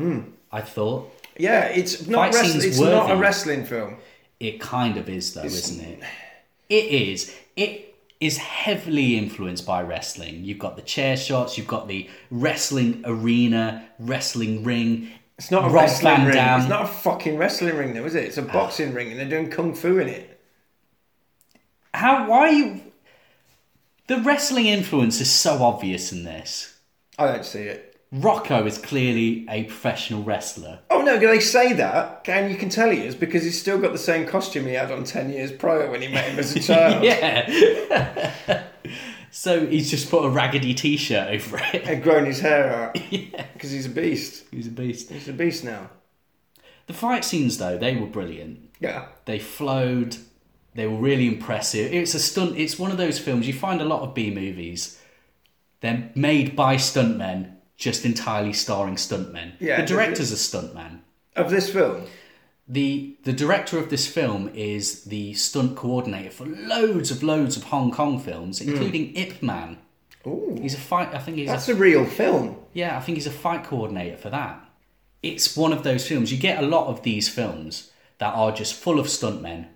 Speaker 5: I thought
Speaker 4: Yeah, it's not
Speaker 5: Fight
Speaker 4: wrestling.
Speaker 5: scenes
Speaker 4: It's not a
Speaker 5: worthy.
Speaker 4: wrestling film.
Speaker 5: it kind of is, though, isn't it? It is. It is heavily influenced by wrestling. You've got the chair shots. You've got the wrestling arena, wrestling ring.
Speaker 4: It's not a
Speaker 5: Rob
Speaker 4: wrestling
Speaker 5: Van
Speaker 4: ring.
Speaker 5: Dam. Ah.
Speaker 4: It's not a fucking wrestling ring, though, is it? It's a boxing ring, and they're doing kung fu in it.
Speaker 5: How? Why are you? The wrestling influence is so obvious in this.
Speaker 4: I don't see it.
Speaker 5: Rocco is clearly a professional wrestler.
Speaker 4: Oh no, they say that, and you can tell he is because he's still got the same costume he had on ten years prior when he met him as
Speaker 5: (laughs)
Speaker 4: a child.
Speaker 5: Yeah. (laughs) so he's just put a raggedy t-shirt over it.
Speaker 4: and grown his hair out
Speaker 5: (laughs)
Speaker 4: because he's a beast.
Speaker 5: He was a beast.
Speaker 4: He's a beast now.
Speaker 5: The fight scenes, though, they were brilliant.
Speaker 4: Yeah.
Speaker 5: They flowed. They were really impressive. It's a stunt. It's one of those films you find a lot of B movies. They're made by stuntmen, just entirely starring stuntmen.
Speaker 4: Yeah,
Speaker 5: the director's a stuntman.
Speaker 4: Of this film.
Speaker 5: The the director of this film is the stunt coordinator for loads of loads of Hong Kong films, including Ip Man.
Speaker 4: Ooh.
Speaker 5: He's a fight. I think he's a
Speaker 4: Hmm. That's a real film.
Speaker 5: Yeah, I think he's a fight coordinator for that. It's one of those films. You get a lot of these films that are just full of stuntmen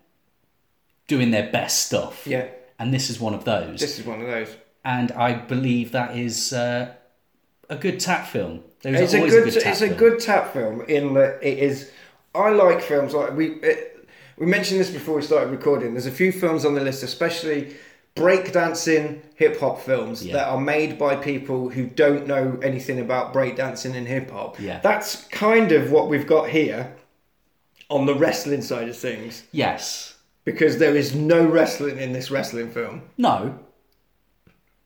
Speaker 5: doing their best stuff.
Speaker 4: Yeah.
Speaker 5: And this is one of those.
Speaker 4: This is one of those.
Speaker 5: and I believe that is uh, a good tap film. There is
Speaker 4: It's a
Speaker 5: always
Speaker 4: good,
Speaker 5: tap
Speaker 4: it's a
Speaker 5: film.
Speaker 4: good tap film in that it is. I like films like we it, we mentioned this before we started recording. There's a few films on the list, especially breakdancing hip hop films
Speaker 5: Yeah.
Speaker 4: that are made by people who don't know anything about breakdancing and hip hop.
Speaker 5: Yeah.
Speaker 4: that's kind of what we've got here on the wrestling side of things
Speaker 5: Yes.
Speaker 4: because there is no wrestling in this wrestling film.
Speaker 5: No.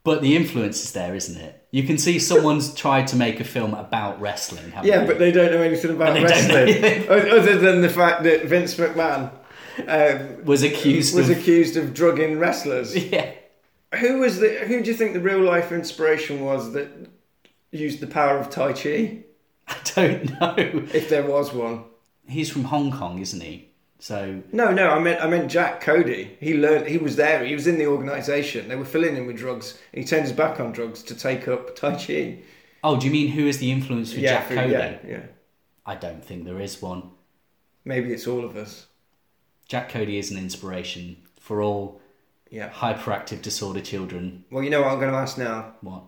Speaker 5: But the influence is there, isn't it? You can
Speaker 4: (laughs)
Speaker 5: see someone's tried to make a film about wrestling. haven't
Speaker 4: Yeah,
Speaker 5: they?
Speaker 4: but they don't know anything about
Speaker 5: they don't know
Speaker 4: wrestling o- other than the fact that Vince McMahon. Um,
Speaker 5: was accused
Speaker 4: was
Speaker 5: of.
Speaker 4: accused of drugging wrestlers.
Speaker 5: (laughs) yeah.
Speaker 4: who was the? Who do you think the real life inspiration was that used the power of Tai Chi,
Speaker 5: I don't know.
Speaker 4: if there was one?
Speaker 5: He's from Hong Kong, isn't he? So
Speaker 4: No, no, I meant I meant Jack Cody. He learned he was there. He was in the organisation. They were filling him with drugs. He turned his back on drugs to take up Tai Chi.
Speaker 5: Oh, do you mean who is the influence for Jack
Speaker 4: for-
Speaker 5: Cody?
Speaker 4: yeah, yeah.
Speaker 5: I don't think there is one.
Speaker 4: Maybe it's all of us.
Speaker 5: Jack Cody is an inspiration for all
Speaker 4: Yeah.
Speaker 5: hyperactive disorder children.
Speaker 4: Well, you know what I'm going to ask now.
Speaker 5: What?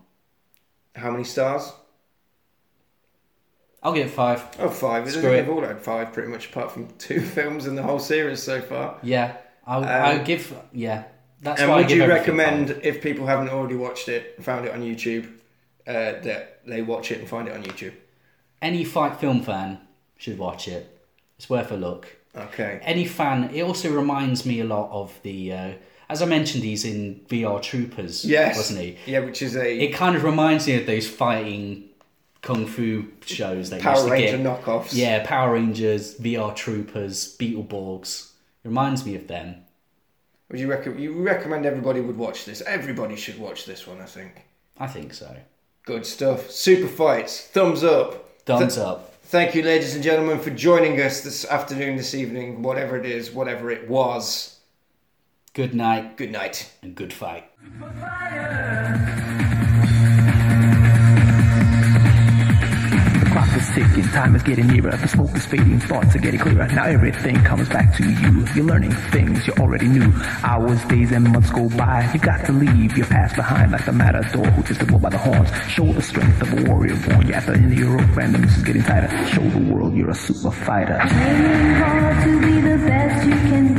Speaker 4: How many stars?
Speaker 5: I'll give it five.
Speaker 4: Oh, five. I think
Speaker 5: Screw it.
Speaker 4: They've all had five, pretty much, apart from two (laughs) films in the whole series so far.
Speaker 5: Yeah, I'll, I'll give. Yeah, that's
Speaker 4: Um, And
Speaker 5: why I
Speaker 4: would
Speaker 5: give
Speaker 4: you
Speaker 5: everything
Speaker 4: recommend
Speaker 5: five.
Speaker 4: if people haven't already watched it, and found it on YouTube, uh, that they watch it and find it on YouTube?
Speaker 5: any fight film fan should watch it. It's worth a look.
Speaker 4: Okay.
Speaker 5: Any fan. It also reminds me a lot of the. Uh, as I mentioned, he's in VR Troopers.
Speaker 4: Yes.
Speaker 5: wasn't he?
Speaker 4: Yeah, which is a
Speaker 5: It kind of reminds me of those fighting kung fu shows that you used
Speaker 4: Power
Speaker 5: to
Speaker 4: Ranger
Speaker 5: get.
Speaker 4: knockoffs.
Speaker 5: Yeah, Power Rangers, VR Troopers, Beetleborgs. It reminds me of them.
Speaker 4: Would you recommend? You recommend everybody would watch this. Everybody should watch this one. I think.
Speaker 5: I think so.
Speaker 4: Good stuff. Super fights. Thumbs up.
Speaker 5: Thumbs
Speaker 4: Th-
Speaker 5: up.
Speaker 4: Thank you, ladies and gentlemen, for joining us this afternoon, this evening, whatever it is, whatever it was.
Speaker 5: Good night
Speaker 4: Good night.
Speaker 5: and good fight.
Speaker 6: Clock is ticking, time is getting nearer, the smoke is fading, thoughts are getting clearer. Now everything comes back to you. You're learning things you already knew. Hours, days, and months go by. You got to leave your past behind like the matador who just the bull by the horns. Show the strength of a warrior born. You're at the end of your rope, and the noose is getting tighter. Show the world you're a super fighter.
Speaker 2: Aiming hard to be the best you can